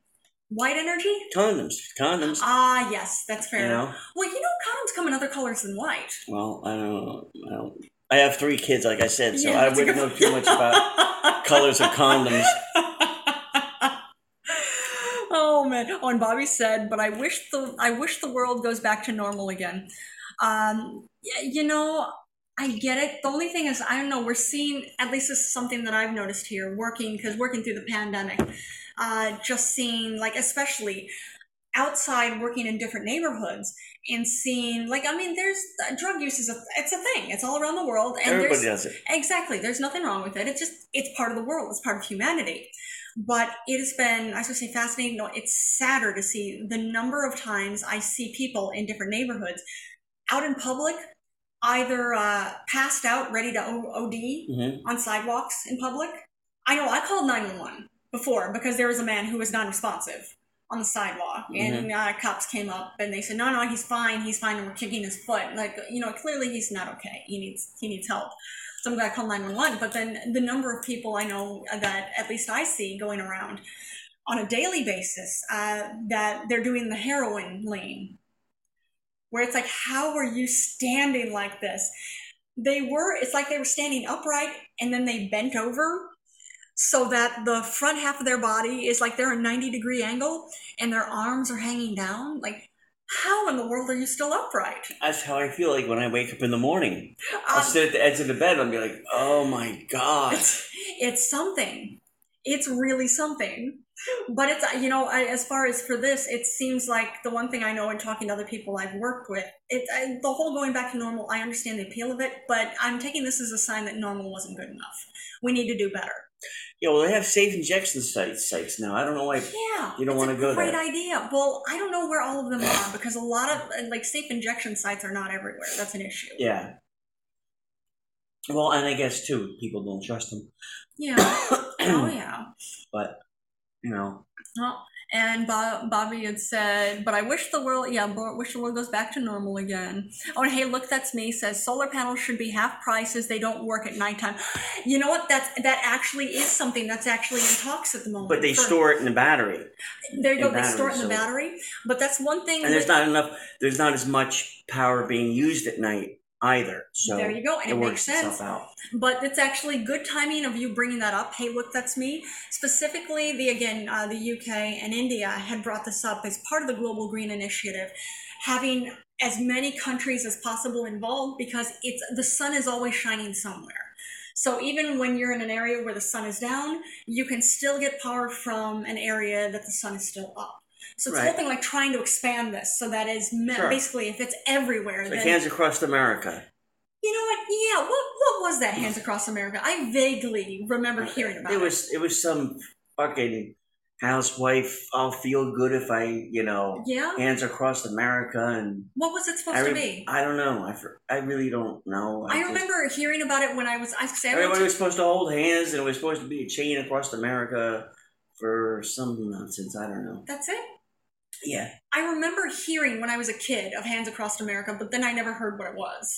Speaker 1: White energy?
Speaker 2: Condoms. Condoms.
Speaker 1: Ah, yes, that's fair.
Speaker 2: You know.
Speaker 1: Well, you know, condoms come in other colors than white.
Speaker 2: Well, I don't. know. I don't. I have three kids, like I said, so
Speaker 1: Yeah,
Speaker 2: I
Speaker 1: that's a
Speaker 2: wouldn't
Speaker 1: good-
Speaker 2: know too much about colors of condoms.
Speaker 1: oh man! Oh, and Bobby said, "But I wish the I wish the world goes back to normal again." Um, y- you know, I get it. The only thing is, I don't know. We're seeing at least this is something that I've noticed here working because working through the pandemic, uh, just seeing like especially outside working in different neighborhoods and seeing like I mean, there's uh, drug use is a it's a thing. It's all around the world, and there's
Speaker 2: Everybody does it.
Speaker 1: Exactly. There's nothing wrong with it. It's just it's part of the world. It's part of humanity. But it has been, I was going to say, fascinating. No, it's sadder to see the number of times I see people in different neighborhoods out in public, either uh, passed out, ready to O- OD
Speaker 2: hmm
Speaker 1: on sidewalks in public. I know I called 911 before because there was a man who was non-responsive on the sidewalk, and uh, cops came up and they said, "No, no, he's fine. He's fine." And we're kicking his foot. Like you know, clearly he's not okay. He needs he needs help. So I'm glad I called 911. But then the number of people I know that at least I see going around on a daily basis uh, that they're doing the heroin lean, where it's like, how are you standing like this? They were, it's like they were standing upright and then they bent over so that the front half of their body is like they're a 90 degree angle and their arms are hanging down. Like, how in the world are you still upright?
Speaker 2: That's how I feel like when I wake up in the morning. I'll
Speaker 1: Um,
Speaker 2: sit at the edge of the bed and be like, oh my God.
Speaker 1: it's, it's something. It's really something. But it's, you know, I, as far as for this, it seems like the one thing I know in talking to other people I've worked with, it, I, the whole going back to normal, I understand the appeal of it, but I'm taking this as a sign that normal wasn't good enough. We need to do better.
Speaker 2: Yeah, well, they have safe injection sites, sites now. I don't know why.
Speaker 1: Yeah.
Speaker 2: You don't
Speaker 1: it's
Speaker 2: wanna
Speaker 1: a
Speaker 2: go
Speaker 1: Great
Speaker 2: there.
Speaker 1: idea. Well, I don't know where all of them are because a lot of, uh, like, safe injection sites are not everywhere. That's an issue.
Speaker 2: Yeah. Well, and I guess, too, people don't trust them.
Speaker 1: Yeah. oh, yeah.
Speaker 2: but, you know,
Speaker 1: And Bob, Bobby had said, "But I wish the world, yeah, bo- wish the world goes back to normal again." Oh, and hey, look, that's me. Says solar panels should be half prices. They don't work at nighttime. You know what? That that actually is something that's actually in talks at the moment.
Speaker 2: but they
Speaker 1: For-
Speaker 2: store it in the battery.
Speaker 1: There you go.
Speaker 2: in
Speaker 1: they store it in the
Speaker 2: batteries,
Speaker 1: battery. But that's one thing.
Speaker 2: And there's
Speaker 1: that-
Speaker 2: not enough, there's not as much power being used at night either. So
Speaker 1: there you go, and
Speaker 2: it
Speaker 1: it, makes
Speaker 2: works
Speaker 1: sense.
Speaker 2: itself out.
Speaker 1: but it's actually good timing of you bringing that up hey look that's me specifically the again uh, the uk and india had brought this up as part of the global green initiative having as many countries as possible involved because it's the sun is always shining somewhere so even when you're in an area where the sun is down you can still get power from an area that the sun is still up so it's
Speaker 2: Right.
Speaker 1: something like trying to expand this so that is me-
Speaker 2: Sure.
Speaker 1: basically if it's everywhere
Speaker 2: Like
Speaker 1: then
Speaker 2: hands across America.
Speaker 1: you know what? Yeah, what what was that Hands Across America? I vaguely remember hearing about
Speaker 2: it
Speaker 1: it.
Speaker 2: was it was some fucking housewife. I'll feel good if I, you know,
Speaker 1: yeah?
Speaker 2: hands across America and
Speaker 1: What was it supposed
Speaker 2: I,
Speaker 1: to
Speaker 2: re-
Speaker 1: be?
Speaker 2: I don't know. I, fr- I really don't know.
Speaker 1: I
Speaker 2: just-
Speaker 1: remember hearing about it when I was I say I went
Speaker 2: everybody
Speaker 1: to-
Speaker 2: was supposed to hold hands, and it was supposed to be a chain across America for some nonsense. I don't know.
Speaker 1: That's it.
Speaker 2: Yeah,
Speaker 1: I remember hearing when I was a kid of Hands Across America, but then I never heard what it was.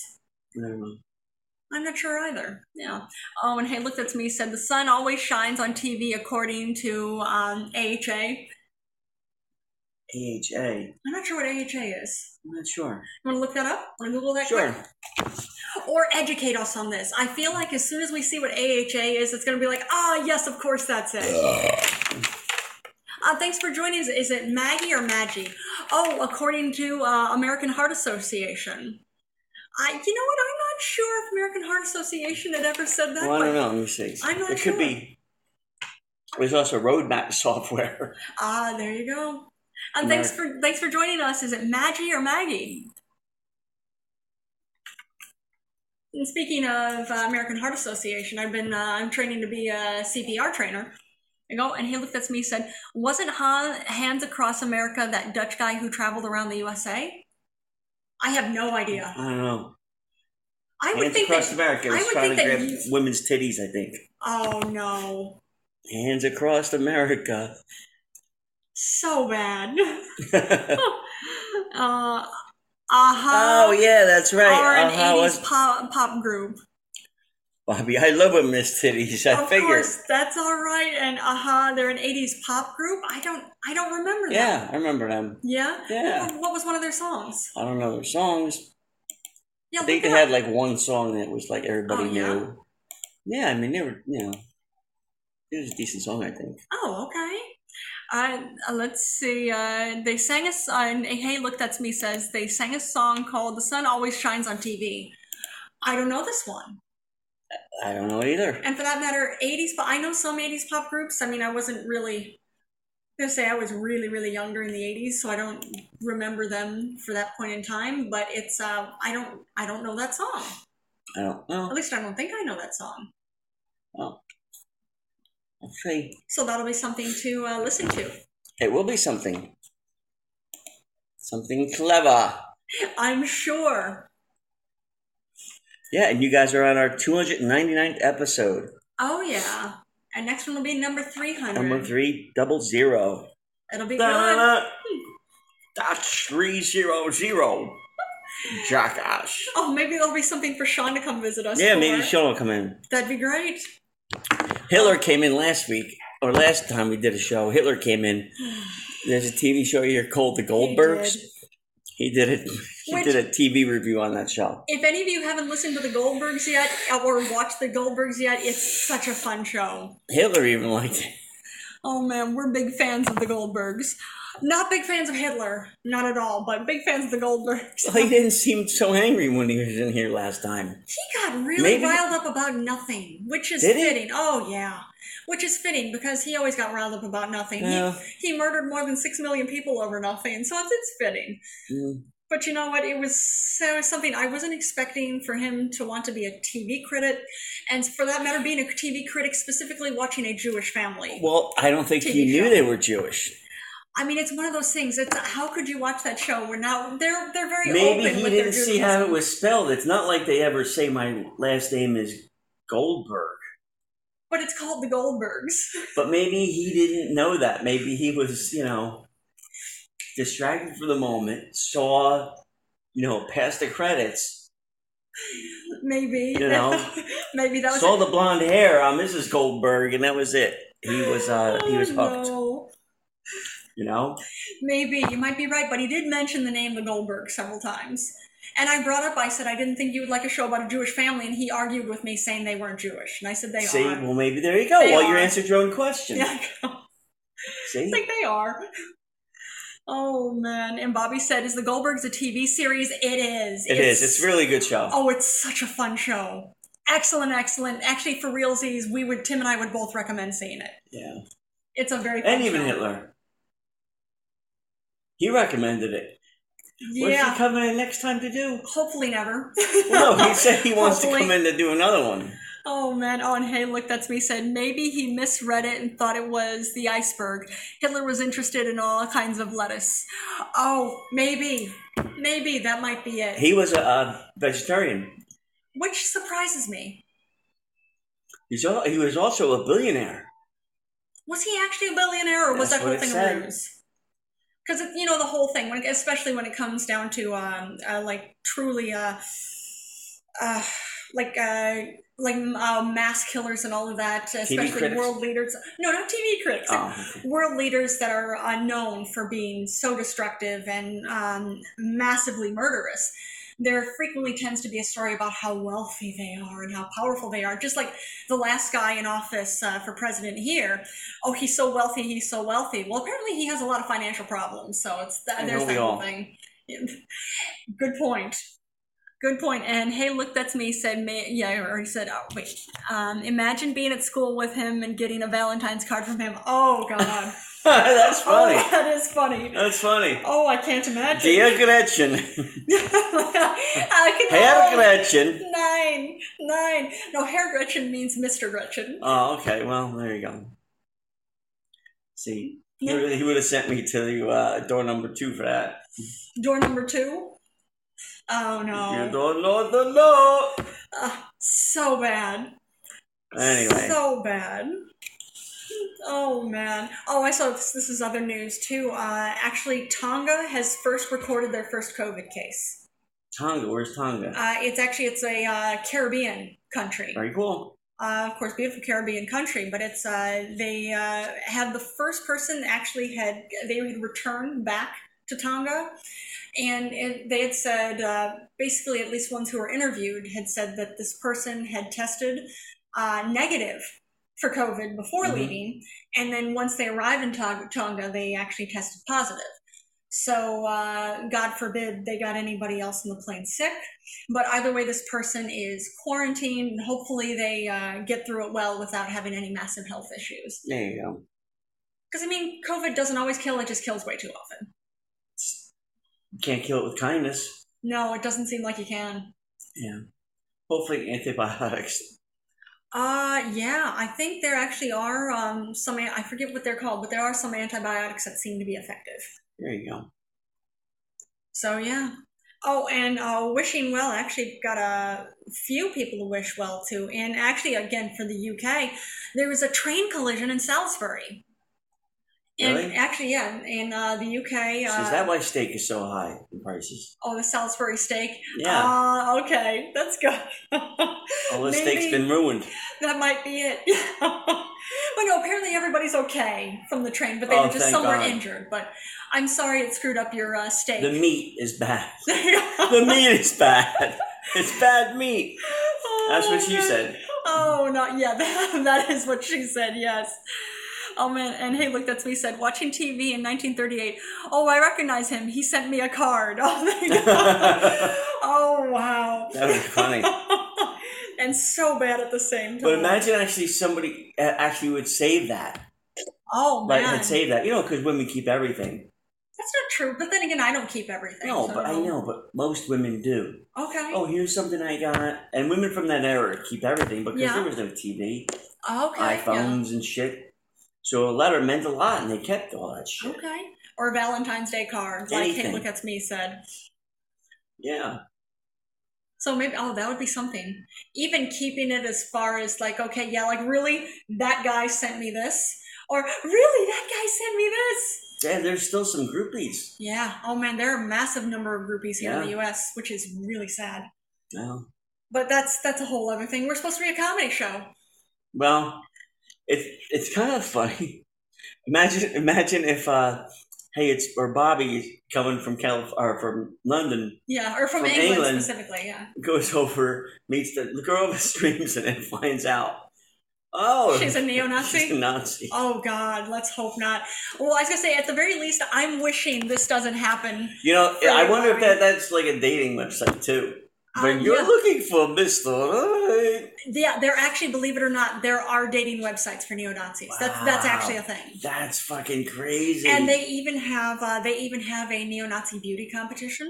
Speaker 2: I don't know.
Speaker 1: I'm not sure either. Yeah. Oh, and hey, look, that's me. Said the sun always shines on TV, according to um, AHA.
Speaker 2: AHA.
Speaker 1: I'm not sure what AHA is.
Speaker 2: I'm not sure.
Speaker 1: Want to look that up? Want to Google that? quick?
Speaker 2: Sure.
Speaker 1: or educate us on this. I feel like as soon as we see what AHA is, it's going to be like, ah, yes, of course, that's it. Uh, thanks for joining. us. Is it Maggie or Maggie? Oh, according to uh, American Heart Association. I, you know what? I'm not sure if American Heart Association had ever said that.
Speaker 2: Well, I
Speaker 1: but-
Speaker 2: don't know. Let me see.
Speaker 1: I'm not
Speaker 2: it
Speaker 1: sure.
Speaker 2: could be. There's also roadmap software.
Speaker 1: Ah, there you go. And thanks for thanks for joining us. Is it Maggie or Maggie? And speaking of uh, American Heart Association, I've been uh, I'm training to be a CPR trainer. I go and he looked at me said, "Wasn't Han, Hands Across America that Dutch guy who traveled around the USA?" I have no idea.
Speaker 2: I don't know.
Speaker 1: I would
Speaker 2: Hands
Speaker 1: think
Speaker 2: across
Speaker 1: that.
Speaker 2: America
Speaker 1: I
Speaker 2: was
Speaker 1: would
Speaker 2: trying to
Speaker 1: think that
Speaker 2: grab
Speaker 1: you-
Speaker 2: women's titties. I think.
Speaker 1: Oh no,
Speaker 2: Hands across America.
Speaker 1: so bad.
Speaker 2: oh
Speaker 1: uh, aha.
Speaker 2: yeah, that's Oh, right.
Speaker 1: are an
Speaker 2: Uh-huh, was-
Speaker 1: 80s pop, pop group.
Speaker 2: Bobby, I love women's titties. I
Speaker 1: of
Speaker 2: figured.
Speaker 1: course, that's all right. And aha, they're an 80s pop group. I don't I don't remember that.
Speaker 2: Yeah, I remember them.
Speaker 1: Yeah?
Speaker 2: Yeah.
Speaker 1: What, what was one of their songs?
Speaker 2: I don't know their songs.
Speaker 1: Yeah,
Speaker 2: I think they
Speaker 1: look it up.
Speaker 2: had like one song that was like everybody
Speaker 1: Oh, yeah?
Speaker 2: knew. Yeah, I mean they were you know it was a decent song I think.
Speaker 1: Oh, okay. Uh, uh, let's see. Uh, they sang a song. Hey, look, that's me. Says they sang a song called "The Sun Always Shines on TV." I don't know this one,
Speaker 2: I don't know either.
Speaker 1: and for that matter, '80s. But I know some '80s pop groups. I mean, I wasn't really. I'm gonna say I was really, really young during the '80s, so I don't remember them for that point in time. But it's uh, I don't, I don't know that song.
Speaker 2: I don't
Speaker 1: At
Speaker 2: know.
Speaker 1: least I don't think I know that song.
Speaker 2: Let's see.
Speaker 1: So that'll be something to uh, listen to.
Speaker 2: It will be something. Something clever.
Speaker 1: I'm sure.
Speaker 2: Yeah, and you guys are on our 299th episode.
Speaker 1: Oh yeah. And next one will be number 300.
Speaker 2: Number three double zero.
Speaker 1: It'll be good.
Speaker 2: That's three zero zero. Jackass.
Speaker 1: Oh, maybe there'll be something for Sean to come visit us.
Speaker 2: Yeah,
Speaker 1: for.
Speaker 2: maybe Sean will come in.
Speaker 1: That'd be great.
Speaker 2: Hitler came in last week, or last time we did a show. Hitler came in. There's a TV show here called The Goldbergs. He did it. He
Speaker 1: Which-
Speaker 2: did a TV review on that show.
Speaker 1: If any of you haven't listened to the Goldbergs yet or watched the Goldbergs yet, it's such a fun show.
Speaker 2: Hitler even liked it.
Speaker 1: oh man, we're big fans of the Goldbergs. Not big fans of Hitler, not at all, but big fans of the Goldbergs.
Speaker 2: Well, he didn't seem so angry when he was in here last time.
Speaker 1: He got really
Speaker 2: Maybe-
Speaker 1: riled up about nothing, which is
Speaker 2: Did he?
Speaker 1: fitting. Oh yeah, which is fitting because he always got riled up about nothing.
Speaker 2: Yeah.
Speaker 1: He, he murdered more than six million people over nothing, so it's, it's fitting.
Speaker 2: Mm.
Speaker 1: But you know what? It was so something I wasn't expecting for him to want to be a TV critic, and for that matter, being a TV critic specifically watching a Jewish family.
Speaker 2: Well, I don't think he
Speaker 1: TV
Speaker 2: knew
Speaker 1: show.
Speaker 2: they were Jewish.
Speaker 1: I mean, it's one of those things. It's how could you watch that show? We're now they're they're very
Speaker 2: Maybe
Speaker 1: open
Speaker 2: he
Speaker 1: with
Speaker 2: didn't
Speaker 1: their
Speaker 2: see
Speaker 1: Jewishness.
Speaker 2: how it was spelled. It's not like they ever say my last name is Goldberg.
Speaker 1: but it's called the Goldbergs.
Speaker 2: But maybe he didn't know that. Maybe he was, you know, distracted for the moment, saw, you know, past the credits,
Speaker 1: Maybe
Speaker 2: You know,
Speaker 1: maybe that was
Speaker 2: saw the blonde hair on Mrs. Goldberg, and that was it. He was, uh, he was
Speaker 1: Oh,
Speaker 2: hooked.
Speaker 1: no.
Speaker 2: You know,
Speaker 1: Maybe you might be right, but he did mention the name the Goldberg several times. And I brought up, I said I didn't think you would like a show about a Jewish family, and he argued with me saying they weren't Jewish, and I said they
Speaker 2: see,
Speaker 1: are.
Speaker 2: well, maybe there you go.
Speaker 1: They
Speaker 2: well, you
Speaker 1: are.
Speaker 2: answered your own question.
Speaker 1: Yeah,
Speaker 2: See,
Speaker 1: it's like they are. Oh man! And Bobby said, "Is the Goldbergs a TV series? It is.
Speaker 2: it is. It's a really good show.
Speaker 1: Oh, it's such a fun show. Excellent, excellent. Actually, for realsies, we would Tim and I would both recommend seeing it.
Speaker 2: Yeah,
Speaker 1: It's a very fun
Speaker 2: and even
Speaker 1: show.
Speaker 2: Hitler. He recommended it. What's
Speaker 1: Yeah,
Speaker 2: he coming in next time to do?
Speaker 1: hopefully never.
Speaker 2: Well, no, he said he wants to
Speaker 1: Hopefully.
Speaker 2: come in to do another one.
Speaker 1: Oh man, oh and hey, look, that's me said maybe he misread it and thought it was the iceberg. Hitler was interested in all kinds of lettuce. Oh, maybe. Maybe that might be it.
Speaker 2: He was a, a vegetarian.
Speaker 1: Which surprises me.
Speaker 2: He's al- he was also a billionaire.
Speaker 1: Was he actually a billionaire or was that
Speaker 2: That's
Speaker 1: whole
Speaker 2: what it
Speaker 1: thing a
Speaker 2: said.
Speaker 1: ruse? Because you know the whole thing, when it, especially when it comes down to um, uh, like truly, uh, uh, like uh, like uh, mass killers and all of that, especially
Speaker 2: critics.
Speaker 1: world leaders. No, not TV critics.
Speaker 2: Oh, okay.
Speaker 1: world leaders that are uh, known for being so destructive and um, massively murderous. There frequently tends to be a story about how wealthy they are and how powerful they are. Just like the last guy in office uh, for president here. Oh, he's so wealthy, he's so wealthy. Well, apparently he has a lot of financial problems. So it's th-
Speaker 2: I
Speaker 1: there's
Speaker 2: know we
Speaker 1: that whole
Speaker 2: all.
Speaker 1: thing. Good point. Good point. And hey, look, that's me. Said may yeah, or he said, oh wait. Um, imagine being at school with him and getting a Valentine's card from him. Oh god.
Speaker 2: That's funny.
Speaker 1: Oh, that is funny.
Speaker 2: That's funny.
Speaker 1: Oh, I can't imagine.
Speaker 2: Dear Gretchen,
Speaker 1: I can
Speaker 2: Herr
Speaker 1: only-
Speaker 2: Gretchen.
Speaker 1: Nine, nine. No, Herr Gretchen means Mr. Gretchen.
Speaker 2: Oh, okay. Well, there you go. See, he
Speaker 1: Yeah.
Speaker 2: would- he would have sent me to uh, door number two for that.
Speaker 1: Door number two. Oh
Speaker 2: You
Speaker 1: no.
Speaker 2: don't know the law.
Speaker 1: Ugh, so bad.
Speaker 2: Anyway,
Speaker 1: So bad. Oh man. Oh, I saw this, this is other news too. Uh, actually, Tonga has first recorded their first COVID case.
Speaker 2: Tonga. Where's Tonga?
Speaker 1: Uh, it's actually it's a uh, Caribbean country.
Speaker 2: Very cool.
Speaker 1: Uh, of course, beautiful Caribbean country, but it's uh, they uh, had the first person actually had they had returned back to Tonga, and it, they had said uh, basically at least ones who were interviewed had said that this person had tested uh, negative for COVID before
Speaker 2: Mhm.
Speaker 1: leaving, and then once they arrived in Tonga, Tonga they actually tested positive. So, uh, God forbid they got anybody else in the plane sick. But either way, this person is quarantined, and hopefully they uh, get through it well without having any massive health issues.
Speaker 2: There you go.
Speaker 1: Because, I mean, COVID doesn't always kill, it just kills way too often.
Speaker 2: Can't kill it with kindness.
Speaker 1: No, it doesn't seem like you can.
Speaker 2: Hopefully, antibiotics.
Speaker 1: Uh, yeah, I think there actually are um, some, an- I forget what they're called, but there are some antibiotics that seem to be effective.
Speaker 2: There you go.
Speaker 1: So, yeah. Oh, and uh, wishing well actually got a few people to wish well to. And actually, again, for the UK, there was a train collision in Salisbury. And
Speaker 2: Really?
Speaker 1: actually, yeah, in uh, the UK.
Speaker 2: So
Speaker 1: Uh,
Speaker 2: is that why steak is so high in prices?
Speaker 1: oh, the Salisbury steak.
Speaker 2: Yeah,
Speaker 1: Uh, okay, that's good.
Speaker 2: all the
Speaker 1: maybe-
Speaker 2: steak's been ruined.
Speaker 1: that might be it. but no, apparently everybody's okay from the train, but they
Speaker 2: Oh,
Speaker 1: were just
Speaker 2: thank
Speaker 1: somewhere
Speaker 2: God.
Speaker 1: injured. But I'm sorry it screwed up your uh, steak.
Speaker 2: The meat is bad. The meat is bad. It's bad meat. That's what
Speaker 1: Oh,
Speaker 2: you
Speaker 1: no.
Speaker 2: said.
Speaker 1: Oh, not yeah. That, that is what she said. Yes. Oh man, and hey, look, that's me said watching TV in 1938. Oh, I recognize him. He sent me a card. Oh, thank God. oh wow.
Speaker 2: That was funny.
Speaker 1: and so bad at the same time.
Speaker 2: But imagine actually somebody uh, actually would save that,
Speaker 1: oh
Speaker 2: like
Speaker 1: man,
Speaker 2: had saved that, you know, because women keep everything.
Speaker 1: that's not true. But then again, I don't keep everything.
Speaker 2: No,
Speaker 1: so-
Speaker 2: but I know, but most women do.
Speaker 1: Okay.
Speaker 2: Oh, here's something I got, and women from that era keep everything because
Speaker 1: Yeah.
Speaker 2: there was no TV,
Speaker 1: okay. yeah.
Speaker 2: iPhones, and shit. So a letter meant a lot, and they kept all that shit.
Speaker 1: Okay. Or Valentine's Day cards, like hey,
Speaker 2: Anything.
Speaker 1: look at me said.
Speaker 2: Yeah,
Speaker 1: So maybe oh that would be something. Even keeping it as far as like okay yeah like really that guy sent me this or really that guy sent me this.
Speaker 2: yeah. There's still some groupies.
Speaker 1: Yeah. Oh man, there are a massive number of groupies here in
Speaker 2: Yeah.
Speaker 1: the U.S., which is really sad.
Speaker 2: Well,
Speaker 1: But that's that's a whole other thing. We're supposed to be a comedy show.
Speaker 2: well, it's it's kind of funny. Imagine imagine if uh, hey, it's or Bobby coming from Calif- or from London
Speaker 1: Yeah, or from,
Speaker 2: From
Speaker 1: England,
Speaker 2: England.
Speaker 1: specifically. Yeah.
Speaker 2: goes over meets the, the girl of his dreams and then finds out. Oh,
Speaker 1: She's a neo-Nazi?
Speaker 2: She's a Nazi.
Speaker 1: Oh God, let's hope not. Well, I was gonna say at the very least, I'm wishing this doesn't happen.
Speaker 2: You know,
Speaker 1: For
Speaker 2: I
Speaker 1: your
Speaker 2: wonder if
Speaker 1: body.
Speaker 2: that, that's like a dating website too. When
Speaker 1: Um,
Speaker 2: you're
Speaker 1: yeah.
Speaker 2: looking for Mr. Right,
Speaker 1: Yeah, there actually, believe it or not, there are dating websites for neo Nazis. That's that's
Speaker 2: Wow.
Speaker 1: actually a thing.
Speaker 2: that's fucking crazy.
Speaker 1: And they even have uh, they even have a neo Nazi beauty competition.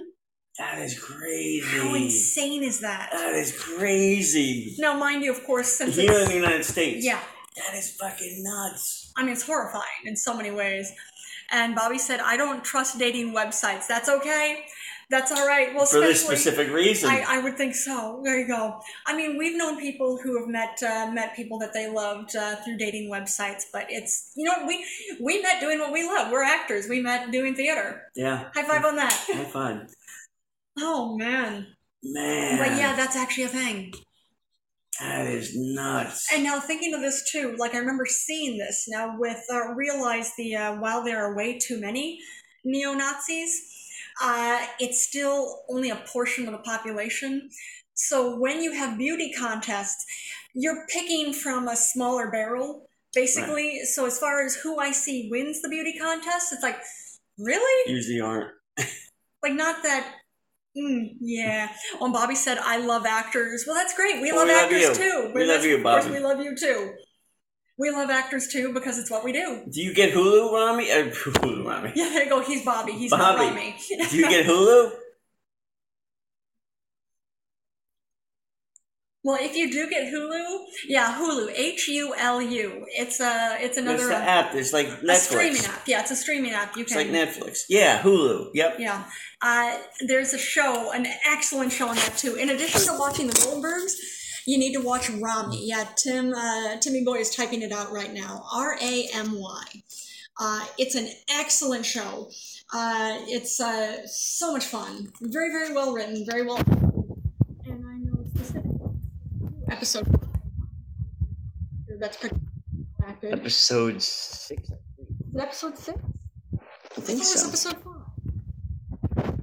Speaker 2: that is
Speaker 1: How
Speaker 2: crazy.
Speaker 1: insane is that?
Speaker 2: That is crazy.
Speaker 1: Now, mind you, of course, since
Speaker 2: Here in the
Speaker 1: it's,
Speaker 2: United States.
Speaker 1: yeah,
Speaker 2: That is fucking nuts.
Speaker 1: I mean it's horrifying in so many ways. And Bobby said, "I don't trust dating websites. That's okay. That's all right. Well,
Speaker 2: for this
Speaker 1: especially-
Speaker 2: specific reason.
Speaker 1: I, I would think so. There you go. I mean, we've known people who have met uh, met people that they loved uh, through dating websites, but it's you know we we met doing what we love. We're actors. We met doing theater.
Speaker 2: yeah.
Speaker 1: High five on that.
Speaker 2: Have fun.
Speaker 1: Oh man.
Speaker 2: Man.
Speaker 1: But yeah, that's actually a thing.
Speaker 2: That is nuts.
Speaker 1: And now thinking of this too, like I remember seeing this now with uh, realize the uh, while there are way too many neo Nazis, uh, it's still only a portion of the population. So when you have beauty contests, you're picking from a smaller barrel, basically. So as far as who I see wins the beauty contest, it's like really
Speaker 2: Usually aren't.
Speaker 1: like not that. Mm, yeah. Well, Bobby said, "I love actors." Well, that's great. We
Speaker 2: Well,
Speaker 1: love
Speaker 2: we love
Speaker 1: actors
Speaker 2: you.
Speaker 1: too. Well,
Speaker 2: We love
Speaker 1: that's-
Speaker 2: you,
Speaker 1: of course,
Speaker 2: Bobby.
Speaker 1: We love you too. We love actors too because it's what we do.
Speaker 2: Do you get Hulu, Rami? Uh, Hulu, Rami.
Speaker 1: Yeah, there you go. He's Bobby. He's
Speaker 2: Bobby.
Speaker 1: not Rami.
Speaker 2: Do you get Hulu?
Speaker 1: well, if you do get Hulu, yeah, Hulu, H U L U. It's a, it's
Speaker 2: There's
Speaker 1: another
Speaker 2: the
Speaker 1: uh,
Speaker 2: app. There's like
Speaker 1: a
Speaker 2: Netflix.
Speaker 1: streaming app. Yeah, it's a streaming app. You
Speaker 2: It's
Speaker 1: can.
Speaker 2: like Netflix. Yeah, Hulu. Yep.
Speaker 1: Yeah. Uh, there's a show, an excellent show on that too. In addition to watching the Goldbergs, you need to watch Rami. Yeah, Tim uh, Timmy Boy is typing it out right now. R A M Y. Uh, it's an excellent show. Uh, it's uh, so much fun. Very, very well written. Very well. And I know specifically episode. That's pretty accurate.
Speaker 2: Episode six.
Speaker 1: Is it Episode six.
Speaker 2: I think
Speaker 1: What was
Speaker 2: so.
Speaker 1: episode five?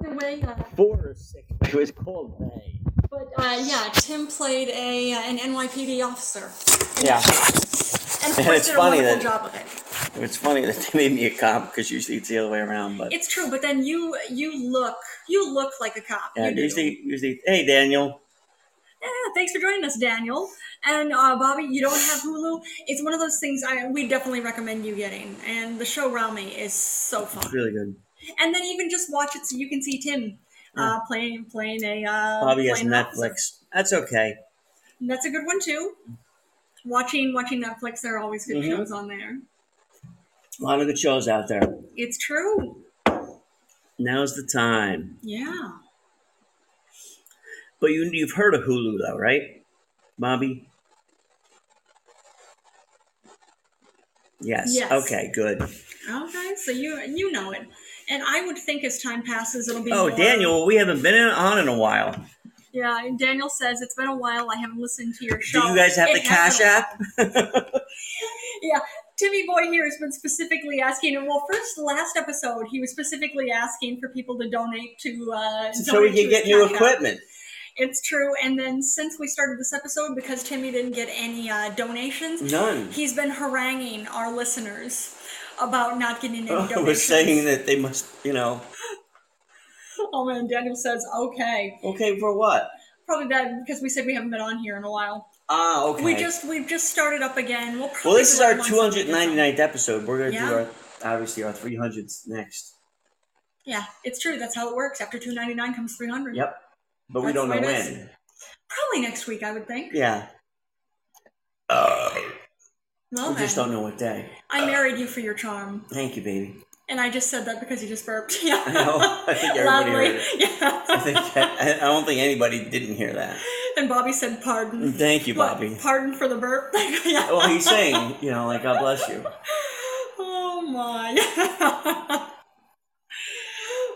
Speaker 1: The way, uh,
Speaker 2: Four or six. It was called Bay.
Speaker 1: but uh, yeah, Tim played a uh, an NYPD officer,
Speaker 2: Yeah.
Speaker 1: and of
Speaker 2: And
Speaker 1: course
Speaker 2: it's
Speaker 1: did a
Speaker 2: funny
Speaker 1: wonderful
Speaker 2: that-
Speaker 1: job with it.
Speaker 2: It's funny that they made me a cop because usually it's the other way around. But
Speaker 1: It's true, but then you you look you look like a cop.
Speaker 2: yeah,
Speaker 1: you do.
Speaker 2: usually, usually, hey Daniel,
Speaker 1: Yeah, thanks for joining us, Daniel. And uh, Bobby, you don't have Hulu. It's one of those things I we definitely recommend you getting. And the show Rami is so
Speaker 2: it's
Speaker 1: fun.
Speaker 2: really good.
Speaker 1: And then even just watch it so you can see Tim uh, playing playing a uh,
Speaker 2: Bobby has
Speaker 1: playing an officer.
Speaker 2: Netflix. That's okay.
Speaker 1: That's a good one too. Watching watching Netflix, there are always good
Speaker 2: Mhm.
Speaker 1: shows on there.
Speaker 2: A lot of good shows out there.
Speaker 1: It's true.
Speaker 2: Now's the time.
Speaker 1: Yeah.
Speaker 2: But you, you've heard of Hulu though, right, Bobby? Yes.
Speaker 1: Yes.
Speaker 2: Okay. Good.
Speaker 1: Okay. So you you know it, and I would think as time passes, it'll be.
Speaker 2: Oh,
Speaker 1: more-
Speaker 2: Daniel, we haven't been in- on in a while.
Speaker 1: Yeah, and Daniel says it's been a while. I haven't listened to your
Speaker 2: Do
Speaker 1: show.
Speaker 2: you guys have
Speaker 1: It
Speaker 2: the
Speaker 1: has
Speaker 2: Cash
Speaker 1: been a
Speaker 2: App?
Speaker 1: Timmy Boy here has been specifically asking. Well, first last episode, he was specifically asking for people to donate to. Uh,
Speaker 2: so
Speaker 1: donate
Speaker 2: we
Speaker 1: to
Speaker 2: can get
Speaker 1: his
Speaker 2: new
Speaker 1: Cash App.
Speaker 2: equipment.
Speaker 1: It's true. And then since we started this episode, because Timmy didn't get any uh, donations,
Speaker 2: None.
Speaker 1: he's been haranguing our listeners about not getting any
Speaker 2: I
Speaker 1: donations.
Speaker 2: was Oh, saying that they must, you know,
Speaker 1: Oh man, Daniel says okay.
Speaker 2: okay for what?
Speaker 1: Probably that because we said we haven't been on here in a while.
Speaker 2: Ah, okay.
Speaker 1: We just we've just started up again. We'll probably
Speaker 2: well, this
Speaker 1: do it
Speaker 2: is our
Speaker 1: once a week or something.
Speaker 2: 299th episode. We're gonna
Speaker 1: Yeah.
Speaker 2: do our obviously our 300th next.
Speaker 1: Yeah, it's true. That's how it works. After two ninety nine comes three hundred.
Speaker 2: Yep. But we
Speaker 1: That's
Speaker 2: don't know
Speaker 1: the way it
Speaker 2: when.
Speaker 1: is. Probably next week, I would think.
Speaker 2: Yeah.
Speaker 1: Well,
Speaker 2: We just
Speaker 1: then.
Speaker 2: don't know what day.
Speaker 1: I married you for your charm,
Speaker 2: Thank you, baby.
Speaker 1: and I just said that because you just burped. Yeah,
Speaker 2: I know. I think everybody
Speaker 1: loudly.
Speaker 2: heard it.
Speaker 1: Yeah.
Speaker 2: I think I, I don't think anybody didn't hear that.
Speaker 1: and Bobby said, "Pardon."
Speaker 2: Thank you,
Speaker 1: What,
Speaker 2: Bobby.
Speaker 1: pardon for the burp. yeah.
Speaker 2: Well, he's saying, you know, like God bless you.
Speaker 1: Oh my.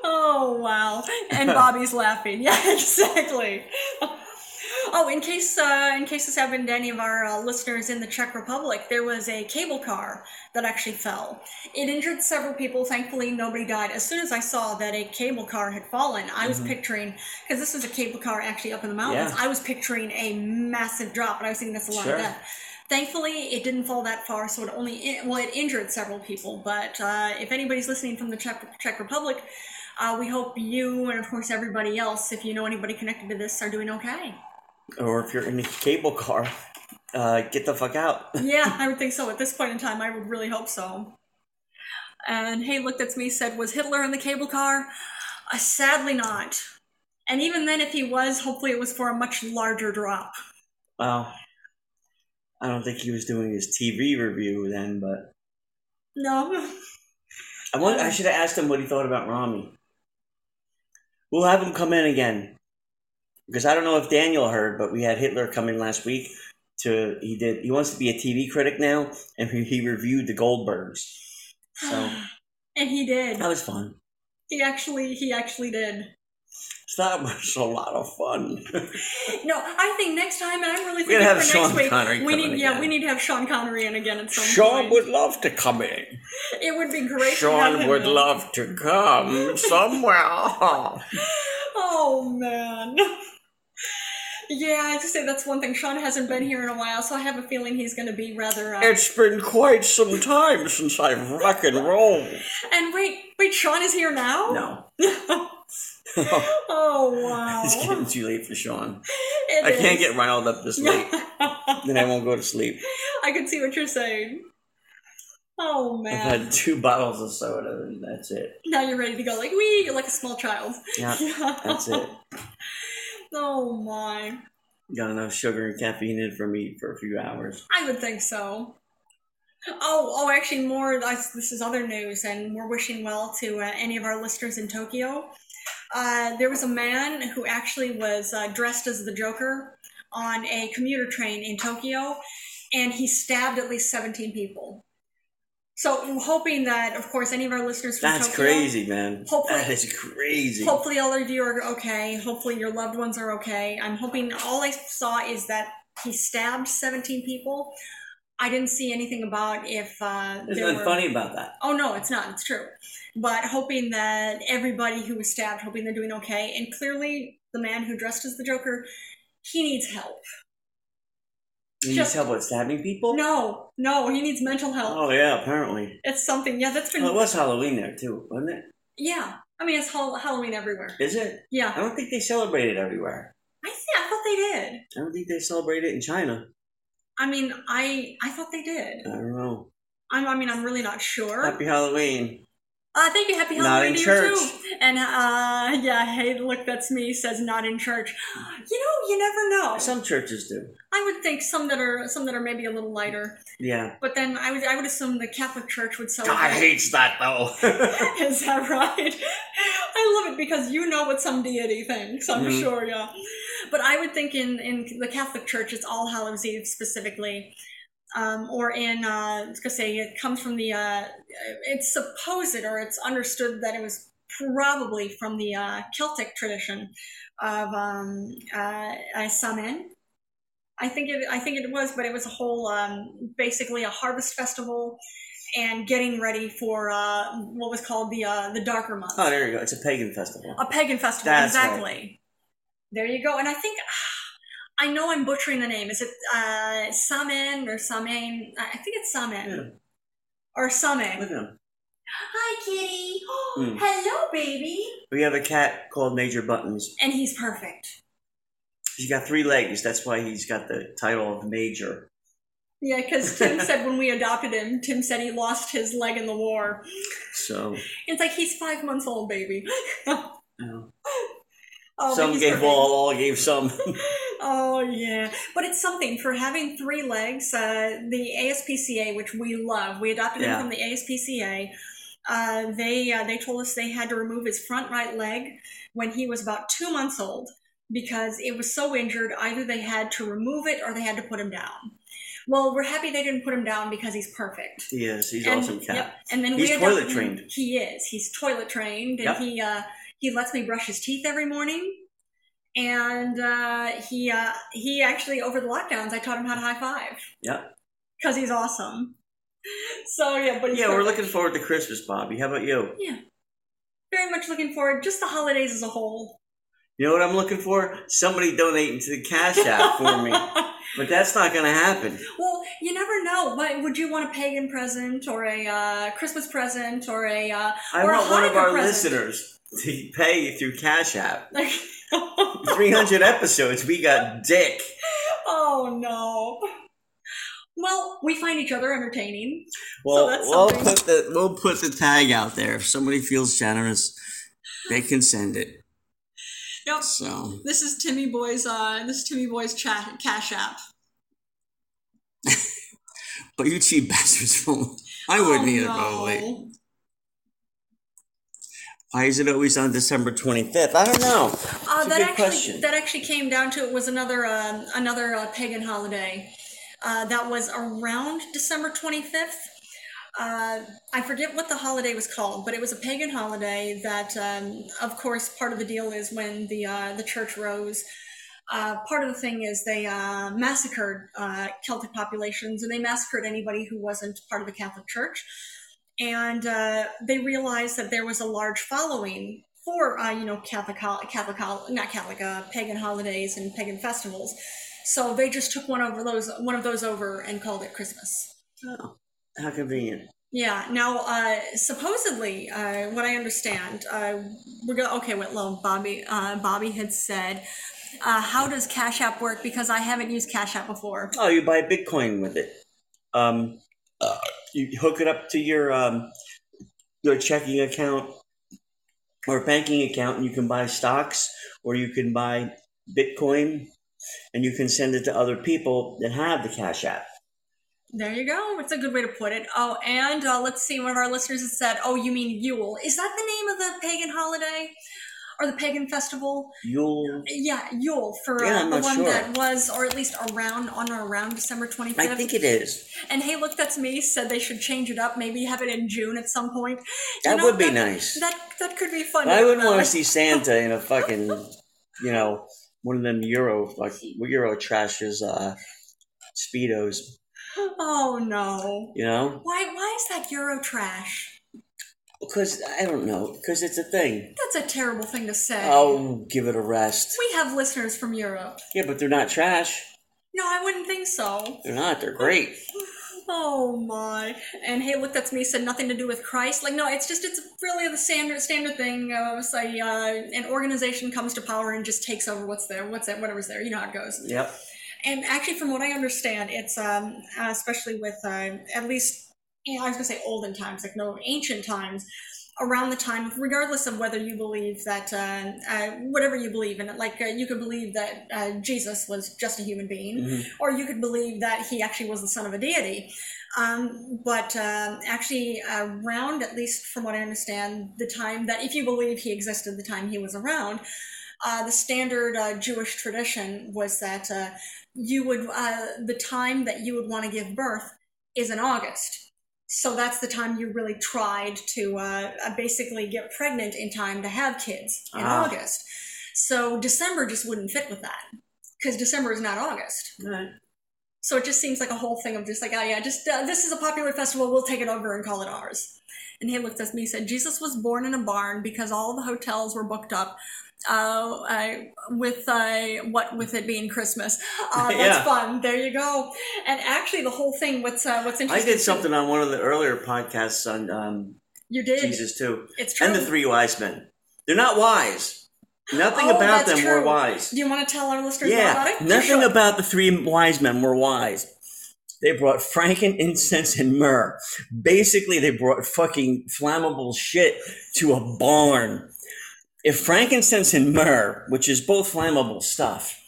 Speaker 1: oh wow. And Bobby's laughing. Yeah, exactly. Oh, in case uh, in case this happened to any of our uh, listeners in the Czech Republic, there was a cable car that actually fell. It injured several people. Thankfully, nobody died. As soon as I saw that a cable car had fallen, I was
Speaker 2: Mhm.
Speaker 1: picturing because this was a cable car actually up in the mountains. I was picturing a massive drop, and I was thinking that's a lot
Speaker 2: Sure.
Speaker 1: of death. Thankfully, it didn't fall that far, so it only in- well it injured several people. But uh, if anybody's listening from the Czech, Czech Republic, uh, we hope you and of course everybody else, if you know anybody connected to this, are doing okay.
Speaker 2: Or if you're in a cable car, uh, get the fuck out.
Speaker 1: yeah, I would think so. At this point in time, I would really hope so. And hey, looked at me, said, "Was Hitler in the cable car?" Uh, sadly, not. And even then, if he was, hopefully it was for a much larger drop.
Speaker 2: Well, I don't think he was doing his TV review then, but
Speaker 1: No.
Speaker 2: I want, I should have asked him what he thought about Rami. We'll have him come in again because I don't know if Daniel heard, but we had Hitler come in last week. To he did he wants to be a TV critic now, and he, he reviewed the Goldbergs. So
Speaker 1: and he did.
Speaker 2: that was fun.
Speaker 1: He actually, he actually did.
Speaker 2: That was a lot of fun.
Speaker 1: No, I think next time, and I'm really thinking
Speaker 2: We're gonna have
Speaker 1: for
Speaker 2: Sean
Speaker 1: next week,
Speaker 2: Connery
Speaker 1: we
Speaker 2: come in
Speaker 1: need yeah,
Speaker 2: again.
Speaker 1: we need to have Sean Connery in again at some
Speaker 2: Sean
Speaker 1: point.
Speaker 2: would love to come in.
Speaker 1: it would be great. to have
Speaker 2: Sean
Speaker 1: him
Speaker 2: would
Speaker 1: in.
Speaker 2: love to come somewhere.
Speaker 1: Oh man. Yeah, I just say that's one thing. Sean hasn't been here in a while, so I have a feeling he's going to be rather. Uh...
Speaker 2: It's been quite some time since I've rock and roll.
Speaker 1: And wait, wait, Sean is here now.
Speaker 2: No.
Speaker 1: Oh wow.
Speaker 2: it's getting too late for Sean.
Speaker 1: It
Speaker 2: I
Speaker 1: is.
Speaker 2: can't get riled up this late. then I won't go to sleep.
Speaker 1: I can see what you're saying. Oh
Speaker 2: I've
Speaker 1: man.
Speaker 2: had two bottles of soda and that's it.
Speaker 1: Now you're ready to go, like wee, you're like a small child.
Speaker 2: Yeah, that's it.
Speaker 1: Oh my.
Speaker 2: Got enough sugar and caffeine in for me for a few hours.
Speaker 1: I would think so. Oh, oh, actually, more. That's, this is other news, and we're wishing well to uh, any of our listeners in Tokyo. Uh, there was a man who actually was uh, dressed as the Joker on a commuter train in Tokyo, and he stabbed at least 17 people. So, I'm hoping that, of course, any of our listeners from
Speaker 2: That's
Speaker 1: Tokyo,
Speaker 2: crazy, man.
Speaker 1: Hopefully-
Speaker 2: That is crazy.
Speaker 1: Hopefully, all of you are okay. Hopefully, your loved ones are okay. I'm hoping all I saw is that he stabbed 17 people. I didn't see anything about if uh,
Speaker 2: There's
Speaker 1: there
Speaker 2: nothing
Speaker 1: were-
Speaker 2: funny about that.
Speaker 1: Oh no, it's not. It's true. But hoping that everybody who was stabbed, hoping they're doing okay. And clearly, the man who dressed as the Joker, he needs help.
Speaker 2: You
Speaker 1: Just-
Speaker 2: just help with stabbing people?
Speaker 1: No, no, he needs mental help.
Speaker 2: Oh Uh, yeah, apparently.
Speaker 1: It's something. Yeah, that's been.
Speaker 2: Well, it was Halloween there too, wasn't it?
Speaker 1: Yeah, I mean, it's Hall- Halloween everywhere.
Speaker 2: Is it?
Speaker 1: Yeah,
Speaker 2: I don't think they celebrate it everywhere.
Speaker 1: I think I thought they did.
Speaker 2: I don't think they celebrate it in China.
Speaker 1: I mean, I I thought they did.
Speaker 2: I don't know.
Speaker 1: I'm, I mean, I'm really not sure.
Speaker 2: Happy Halloween.
Speaker 1: Uh, thank you. Happy
Speaker 2: Not
Speaker 1: Halloween
Speaker 2: in
Speaker 1: to
Speaker 2: church.
Speaker 1: you too. And uh, yeah, hey, look, that's me. Says not in church. You know, you never know.
Speaker 2: Some churches do.
Speaker 1: I would think some that are some that are maybe a little lighter,
Speaker 2: Yeah.
Speaker 1: but then I would I would assume the Catholic Church would celebrate.
Speaker 2: God hates that though.
Speaker 1: Is that right? I love it because you know what some deity thinks, I'm
Speaker 2: Mhm.
Speaker 1: sure, yeah. But I would think in, in the Catholic Church, it's All Hallows Eve specifically. Um, or in, uh, let's go say it comes from the, uh, it's supposed or it's understood that it was probably from the uh, Celtic tradition of um, uh, uh, Samhain. I think it, I think it was, but it was a whole, um, basically a harvest festival and getting ready for uh, what was called the uh, the darker month,
Speaker 2: oh, there you go. It's a pagan festival.
Speaker 1: a pagan festival,
Speaker 2: Oh, That's
Speaker 1: exactly. There you go. And I think I know I'm butchering the name. Is it uh, Samen or Samen? I I think it's Samen
Speaker 2: Yeah.
Speaker 1: or Samen.
Speaker 2: Look at him.
Speaker 1: Hi, kitty.
Speaker 2: Mm.
Speaker 1: Hello, baby.
Speaker 2: We have a cat called Major Buttons.
Speaker 1: And he's perfect.
Speaker 2: He's got three legs. That's why he's got the title of Major.
Speaker 1: Yeah, because Tim said when we adopted him, Tim said he lost his leg in the war.
Speaker 2: So
Speaker 1: It's like he's five months old, baby. oh,
Speaker 2: you know,
Speaker 1: but
Speaker 2: some
Speaker 1: he's
Speaker 2: gave
Speaker 1: perfect.
Speaker 2: all, all gave some.
Speaker 1: Oh yeah, but it's something for having three legs. Uh, the ASPCA, which we love, we adopted
Speaker 2: Yeah.
Speaker 1: him from the ASPCA. Uh, they uh, they told us they had to remove his front right leg when he was about two months old because it was so injured. Either they had to remove it or they had to put him down. Well, we're happy they didn't put him down because he's perfect.
Speaker 2: he is. He's
Speaker 1: and,
Speaker 2: awesome cat.
Speaker 1: Yep. And then
Speaker 2: He's
Speaker 1: we
Speaker 2: toilet
Speaker 1: adopted him.
Speaker 2: trained.
Speaker 1: He is. He's toilet trained, and
Speaker 2: Yep.
Speaker 1: he uh, he lets me brush his teeth every morning. And uh, he uh, he actually over the lockdowns, I taught him how to high five.
Speaker 2: Yep.
Speaker 1: Because he's awesome. So yeah, but
Speaker 2: But
Speaker 1: he's
Speaker 2: yeah, we're
Speaker 1: very-
Speaker 2: looking forward to Christmas, Bobby. How about you?
Speaker 1: very much looking forward. Just the holidays as a whole.
Speaker 2: You know what I'm looking for? Somebody donating to the Cash App for me. But that's not going to happen.
Speaker 1: well, you never know. What would you want a pagan present or a uh, Christmas present or a? Uh,
Speaker 2: I
Speaker 1: Or a
Speaker 2: want one of
Speaker 1: Hanukkah
Speaker 2: our
Speaker 1: present.
Speaker 2: listeners to pay through Cash App.
Speaker 1: oh
Speaker 2: 300 episodes, we got dick.
Speaker 1: oh, no. Well, we find each other entertaining.
Speaker 2: Well,
Speaker 1: that's
Speaker 2: we'll
Speaker 1: something.
Speaker 2: put the we'll put the tag out there. If somebody feels generous, they can send it.
Speaker 1: Yep.
Speaker 2: So
Speaker 1: This is Timmy Boy's. Uh, this is Timmy Boy's chat cash app.
Speaker 2: but you cheap bastards won't. I
Speaker 1: Oh,
Speaker 2: wouldn't either,
Speaker 1: no.
Speaker 2: by the way. Why is it always on December 25th? I don't know.
Speaker 1: Uh, that
Speaker 2: a good
Speaker 1: actually
Speaker 2: question.
Speaker 1: that actually came down to it was another um, another uh, pagan holiday uh, that was around December twenty fifth. Uh, I forget what the holiday was called, but it was a pagan holiday that, um, of course, part of the deal is when the uh, the church rose. Uh, part of the thing is they uh, massacred uh, Celtic populations and they massacred anybody who wasn't part of the Catholic Church. And uh, they realized that there was a large following for uh, you know Catholic hol- Catholic hol- not Catholic uh, pagan holidays and pagan festivals. So they just took one over those one of those over and called it Christmas.
Speaker 2: How convenient.
Speaker 1: Yeah. Now, uh, supposedly, uh, what I understand, uh, we're going okay. Wait, well, Bobby, uh, Bobby had said, uh, "How does Cash App work?" Because I haven't used Cash App before.
Speaker 2: Oh, you buy Bitcoin with it. Um, you hook it up to your um, your checking account or banking account, and you can buy stocks or you can buy Bitcoin, and you can send it to other people that have the Cash App.
Speaker 1: There you go. It's a good way to put it. Oh, and uh, let's see. One of our listeners has said, "Oh, you mean Yule? Is that the name of the pagan holiday?" Or the pagan festival,
Speaker 2: You'll.
Speaker 1: yeah, Yule for uh,
Speaker 2: Yeah, I'm
Speaker 1: the
Speaker 2: not
Speaker 1: one
Speaker 2: sure.
Speaker 1: that was, or at least around on or around December twenty
Speaker 2: I
Speaker 1: fifth.
Speaker 2: think it is.
Speaker 1: And hey, look, that's me. Said they should change it up. Maybe have it in June at some point. You
Speaker 2: That
Speaker 1: know,
Speaker 2: would be
Speaker 1: that-
Speaker 2: nice.
Speaker 1: That that could be fun.
Speaker 2: But I wouldn't
Speaker 1: Uh,
Speaker 2: want to see Santa in a fucking, you know, one of them Euro like Euro trashes uh, speedos.
Speaker 1: Oh no!
Speaker 2: You know,
Speaker 1: Why why is that Euro trash?
Speaker 2: because I don't know, because it's a thing.
Speaker 1: That's a terrible thing to say.
Speaker 2: Oh, give it a rest.
Speaker 1: We have listeners from Europe.
Speaker 2: Yeah, but they're not trash.
Speaker 1: No, I wouldn't think so.
Speaker 2: They're not. They're great.
Speaker 1: Oh my! And hey, look, that's me. Said nothing to do with Christ. Like no, it's just it's really the standard standard thing. Uh, so, uh, an organization comes to power and just takes over what's there, what's that, whatever's there. You know how it goes.
Speaker 2: Yep.
Speaker 1: And actually, from what I understand, it's um, uh, especially with uh, at least you know, I was gonna say olden times, like no ancient times, around the time, regardless of whether you believe that uh, uh, whatever you believe in, like uh, you could believe that uh, Jesus was just a human being,
Speaker 2: Mhm.
Speaker 1: or you could believe that he actually was the son of a deity. Um, but um, actually, around at least from what I understand, the time that if you believe he existed, the time he was around, uh, the standard uh, Jewish tradition was that uh, you would uh, the time that you would want to give birth is in August. So that's the time you really tried to uh, uh, basically get pregnant in time to have kids in
Speaker 2: Ah.
Speaker 1: August. So December just wouldn't fit with that because December is not August. So it just seems like a whole thing of just like, oh yeah, just uh, this is a popular festival. We'll take it over and call it ours. And he looked at me and said, Jesus was born in a barn because all the hotels were booked up uh, I, with uh, what with it being Christmas. Uh, that's
Speaker 2: Yeah.
Speaker 1: fun. There you go. And actually, the whole thing. What's uh, what's
Speaker 2: I
Speaker 1: interesting?
Speaker 2: did something on one of the earlier podcasts on um,
Speaker 1: You did.
Speaker 2: Jesus too,
Speaker 1: It's true.
Speaker 2: and the three wise men. They're not wise. Nothing
Speaker 1: Oh,
Speaker 2: about
Speaker 1: that's
Speaker 2: them were
Speaker 1: true.
Speaker 2: wise.
Speaker 1: Do you want to tell our listeners about
Speaker 2: Yeah,
Speaker 1: it?
Speaker 2: nothing
Speaker 1: Sure.
Speaker 2: about the three wise men were wise. They brought frankincense and myrrh. Basically, they brought fucking flammable shit to a barn. If frankincense and myrrh, which is both flammable stuff,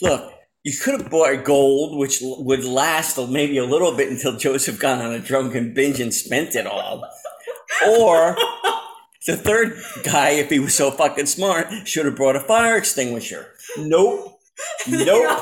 Speaker 2: look, you could have bought gold, which l- would last maybe a little bit until Joseph got on a drunken binge and spent it all. Or the third guy, if he was so fucking smart, should have brought a fire extinguisher. Nope. Nope.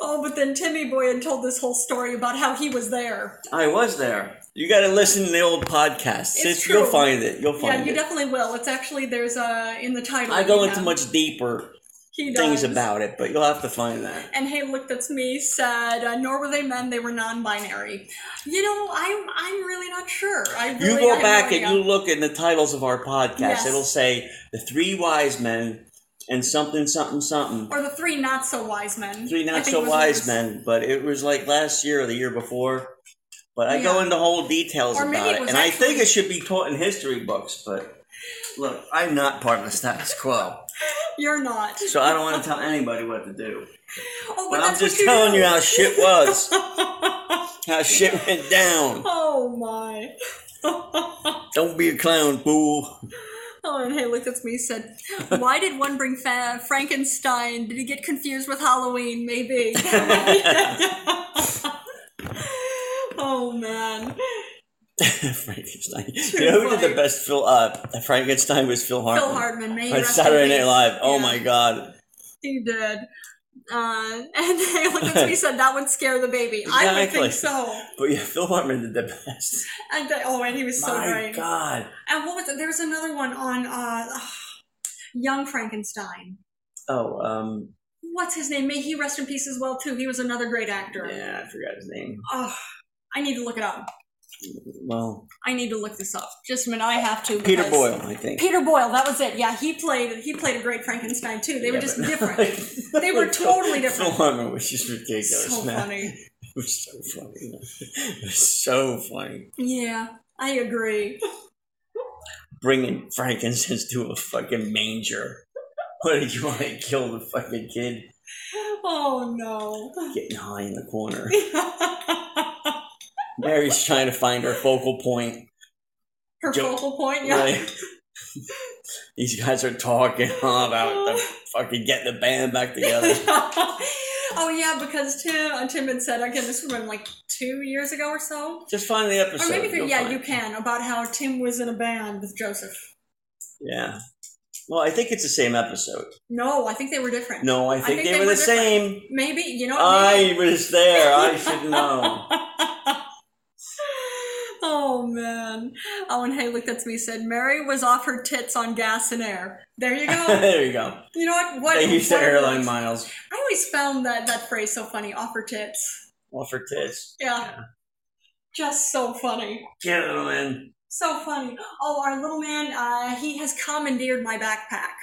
Speaker 1: oh, but then Timmy Boy had told this whole story about how he was there.
Speaker 2: I was there. You got to listen to the old podcast.
Speaker 1: It's
Speaker 2: It's-
Speaker 1: true.
Speaker 2: you'll find it. You'll
Speaker 1: yeah,
Speaker 2: find
Speaker 1: you
Speaker 2: it.
Speaker 1: definitely will. It's actually there's uh in the title.
Speaker 2: I go
Speaker 1: you
Speaker 2: into
Speaker 1: know.
Speaker 2: much deeper
Speaker 1: He
Speaker 2: things
Speaker 1: does.
Speaker 2: about it, but you'll have to find that.
Speaker 1: And hey, look, that's me. Said, uh, nor were they men; they were non-binary. You know, I'm I'm really not sure. I really,
Speaker 2: You go
Speaker 1: I'm
Speaker 2: back
Speaker 1: really
Speaker 2: and you look in the titles of our podcast.
Speaker 1: Yes.
Speaker 2: It'll say the three wise men and something, something, something.
Speaker 1: or the three not so wise men.
Speaker 2: Three
Speaker 1: I
Speaker 2: not
Speaker 1: think
Speaker 2: so
Speaker 1: was
Speaker 2: wise
Speaker 1: those.
Speaker 2: men, but it was like last year or the year before. But I go
Speaker 1: Yeah.
Speaker 2: into whole details
Speaker 1: Or maybe
Speaker 2: about
Speaker 1: it
Speaker 2: it,
Speaker 1: was
Speaker 2: and I think
Speaker 1: actually-
Speaker 2: it should be taught in history books. But look, I'm not part of the status quo,
Speaker 1: You're not.
Speaker 2: so I don't want to tell anybody what to do.
Speaker 1: Oh, but
Speaker 2: But I'm
Speaker 1: that's
Speaker 2: just
Speaker 1: what you
Speaker 2: telling
Speaker 1: do.
Speaker 2: you how shit was, how shit went down.
Speaker 1: Oh my. oh,
Speaker 2: Don't be a clown, fool.
Speaker 1: and hey, look, that's me. Said, why did one bring fa- Frankenstein? Did he get confused with Halloween? Maybe. oh man.
Speaker 2: Frankenstein. You know who did
Speaker 1: funny.
Speaker 2: the best Phil? Uh, Frankenstein was Phil Hartman.
Speaker 1: Phil Hardman made
Speaker 2: On Saturday Night Live. Oh my God.
Speaker 1: He did. Uh, and they looked at me said that would scare the baby. I would
Speaker 2: Exactly.
Speaker 1: think so.
Speaker 2: But yeah, Phil Hartman did the best.
Speaker 1: And they, oh, and he was so
Speaker 2: my
Speaker 1: right.
Speaker 2: God.
Speaker 1: And what was it? There was another one on uh, Young Frankenstein.
Speaker 2: Oh, um,
Speaker 1: What's his name? May he rest in peace as well too. He was another great actor.
Speaker 2: yeah, I forgot his name.
Speaker 1: Oh, I need to look it up.
Speaker 2: Well,
Speaker 1: I need to look this up. Just a minute, I have to.
Speaker 2: Peter
Speaker 1: because-
Speaker 2: Boyle, I think.
Speaker 1: Peter Boyle, that was it. Yeah, he played. He played a great Frankenstein too. They were
Speaker 2: Yeah,
Speaker 1: just
Speaker 2: but-
Speaker 1: different. They were totally different.
Speaker 2: Phil Hartman was just ridiculous,
Speaker 1: so
Speaker 2: man.
Speaker 1: funny.
Speaker 2: It was so funny. It was so funny.
Speaker 1: Yeah, I agree.
Speaker 2: Bringing frankincense to a fucking manger. What did you want to kill the fucking kid?
Speaker 1: Oh no.
Speaker 2: Getting high in the corner. Mary's trying to find her focal point.
Speaker 1: Her
Speaker 2: Joke.
Speaker 1: focal point, yeah.
Speaker 2: Like, these guys are talking about the fucking getting the band back together.
Speaker 1: oh yeah, because Tim uh, Tim had said again. This was when, like two years ago or so,
Speaker 2: Just find the
Speaker 1: or
Speaker 2: episode.
Speaker 1: maybe three-
Speaker 2: you'll
Speaker 1: yeah,
Speaker 2: find
Speaker 1: you
Speaker 2: it.
Speaker 1: can about how Tim was in a band with Joseph.
Speaker 2: Yeah. Well, I think it's the same episode.
Speaker 1: No, I think they were different.
Speaker 2: No, I think,
Speaker 1: think they
Speaker 2: they, were,
Speaker 1: were
Speaker 2: the
Speaker 1: different.
Speaker 2: same.
Speaker 1: maybe you know. maybe-
Speaker 2: I was there. I should know.
Speaker 1: oh man! Oh, and hey, look, that's me. Said Mary was off her tits on gas and air. There you go.
Speaker 2: there you go.
Speaker 1: you know what? What?
Speaker 2: They used to
Speaker 1: what a-
Speaker 2: airline miles.
Speaker 1: I always found that that phrase so funny. Off her tits.
Speaker 2: Well, for tits.
Speaker 1: Yeah. Just so funny.
Speaker 2: Get them in.
Speaker 1: So funny. Oh, our little man, uh, he has commandeered my backpack.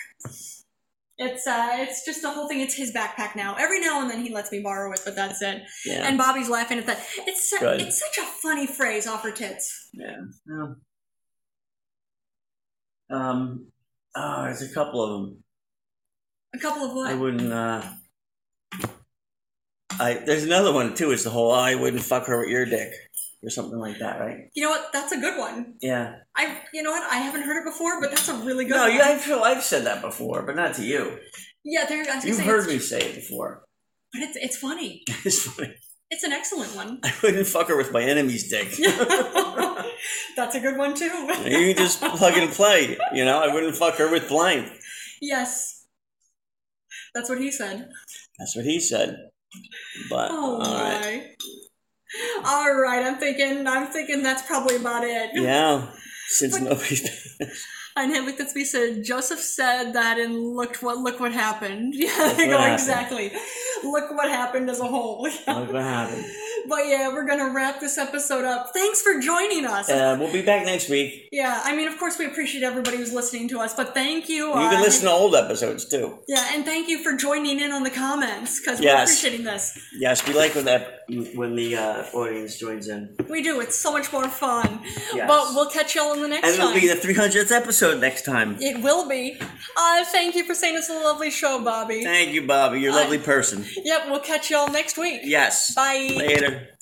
Speaker 1: It's uh, it's just the whole thing. It's his backpack now. Every now and then he lets me borrow it, but that's it.
Speaker 2: Yeah.
Speaker 1: And Bobby's laughing at that. It's su-
Speaker 2: Good.
Speaker 1: it's such a funny phrase. Off her tits.
Speaker 2: Yeah. Um. Oh, there's a couple of them.
Speaker 1: A couple of
Speaker 2: I
Speaker 1: what?
Speaker 2: wouldn't. uh I there's another one too. It's the whole "Oh, I wouldn't fuck her with your dick or something like that, right?
Speaker 1: You know what? That's a good one.
Speaker 2: Yeah.
Speaker 1: I you know what? I haven't heard it before, but that's a really good
Speaker 2: No,
Speaker 1: one.
Speaker 2: you, I feel I've said that before, but not to you.
Speaker 1: yeah, there. I was gonna
Speaker 2: You've
Speaker 1: say
Speaker 2: heard
Speaker 1: it's-
Speaker 2: me say it before.
Speaker 1: but it's it's funny.
Speaker 2: It's funny.
Speaker 1: It's an excellent one.
Speaker 2: I wouldn't fuck her with my enemy's dick.
Speaker 1: that's a good one too.
Speaker 2: you just plug and play. You know, I wouldn't fuck her with blank.
Speaker 1: Yes. That's what he said.
Speaker 2: That's what he said. But
Speaker 1: Oh
Speaker 2: all
Speaker 1: my.
Speaker 2: right.
Speaker 1: All right, I'm thinking I'm thinking that's probably about it.
Speaker 2: Yeah. Since
Speaker 1: But-
Speaker 2: nobody's
Speaker 1: And Henrik that's me said Joseph said that and looked what look what happened. Yeah,
Speaker 2: Look
Speaker 1: they
Speaker 2: what
Speaker 1: go
Speaker 2: happened.
Speaker 1: exactly. Look what happened as a whole.
Speaker 2: Look what happened.
Speaker 1: But yeah, we're going to wrap this episode up. Thanks for joining us.
Speaker 2: Uh, we'll be back next week.
Speaker 1: yeah, I mean, of course, we appreciate everybody who's listening to us, but thank you. uh,
Speaker 2: You can listen to old episodes too.
Speaker 1: Yeah, and thank you for joining in on the comments because we're
Speaker 2: Yes.
Speaker 1: appreciating this.
Speaker 2: Yes, we like when that when the uh, audience joins in.
Speaker 1: We do. It's so much more fun.
Speaker 2: Yes.
Speaker 1: But we'll catch y'all in the next
Speaker 2: And it'll
Speaker 1: time.
Speaker 2: be the 300th episode next time.
Speaker 1: it will be. Uh, thank you for saying it's a lovely show, Bobby.
Speaker 2: Thank you, Bobby. You're a lovely person.
Speaker 1: yep, we'll catch y'all next week.
Speaker 2: Yes.
Speaker 1: Bye.
Speaker 2: Later.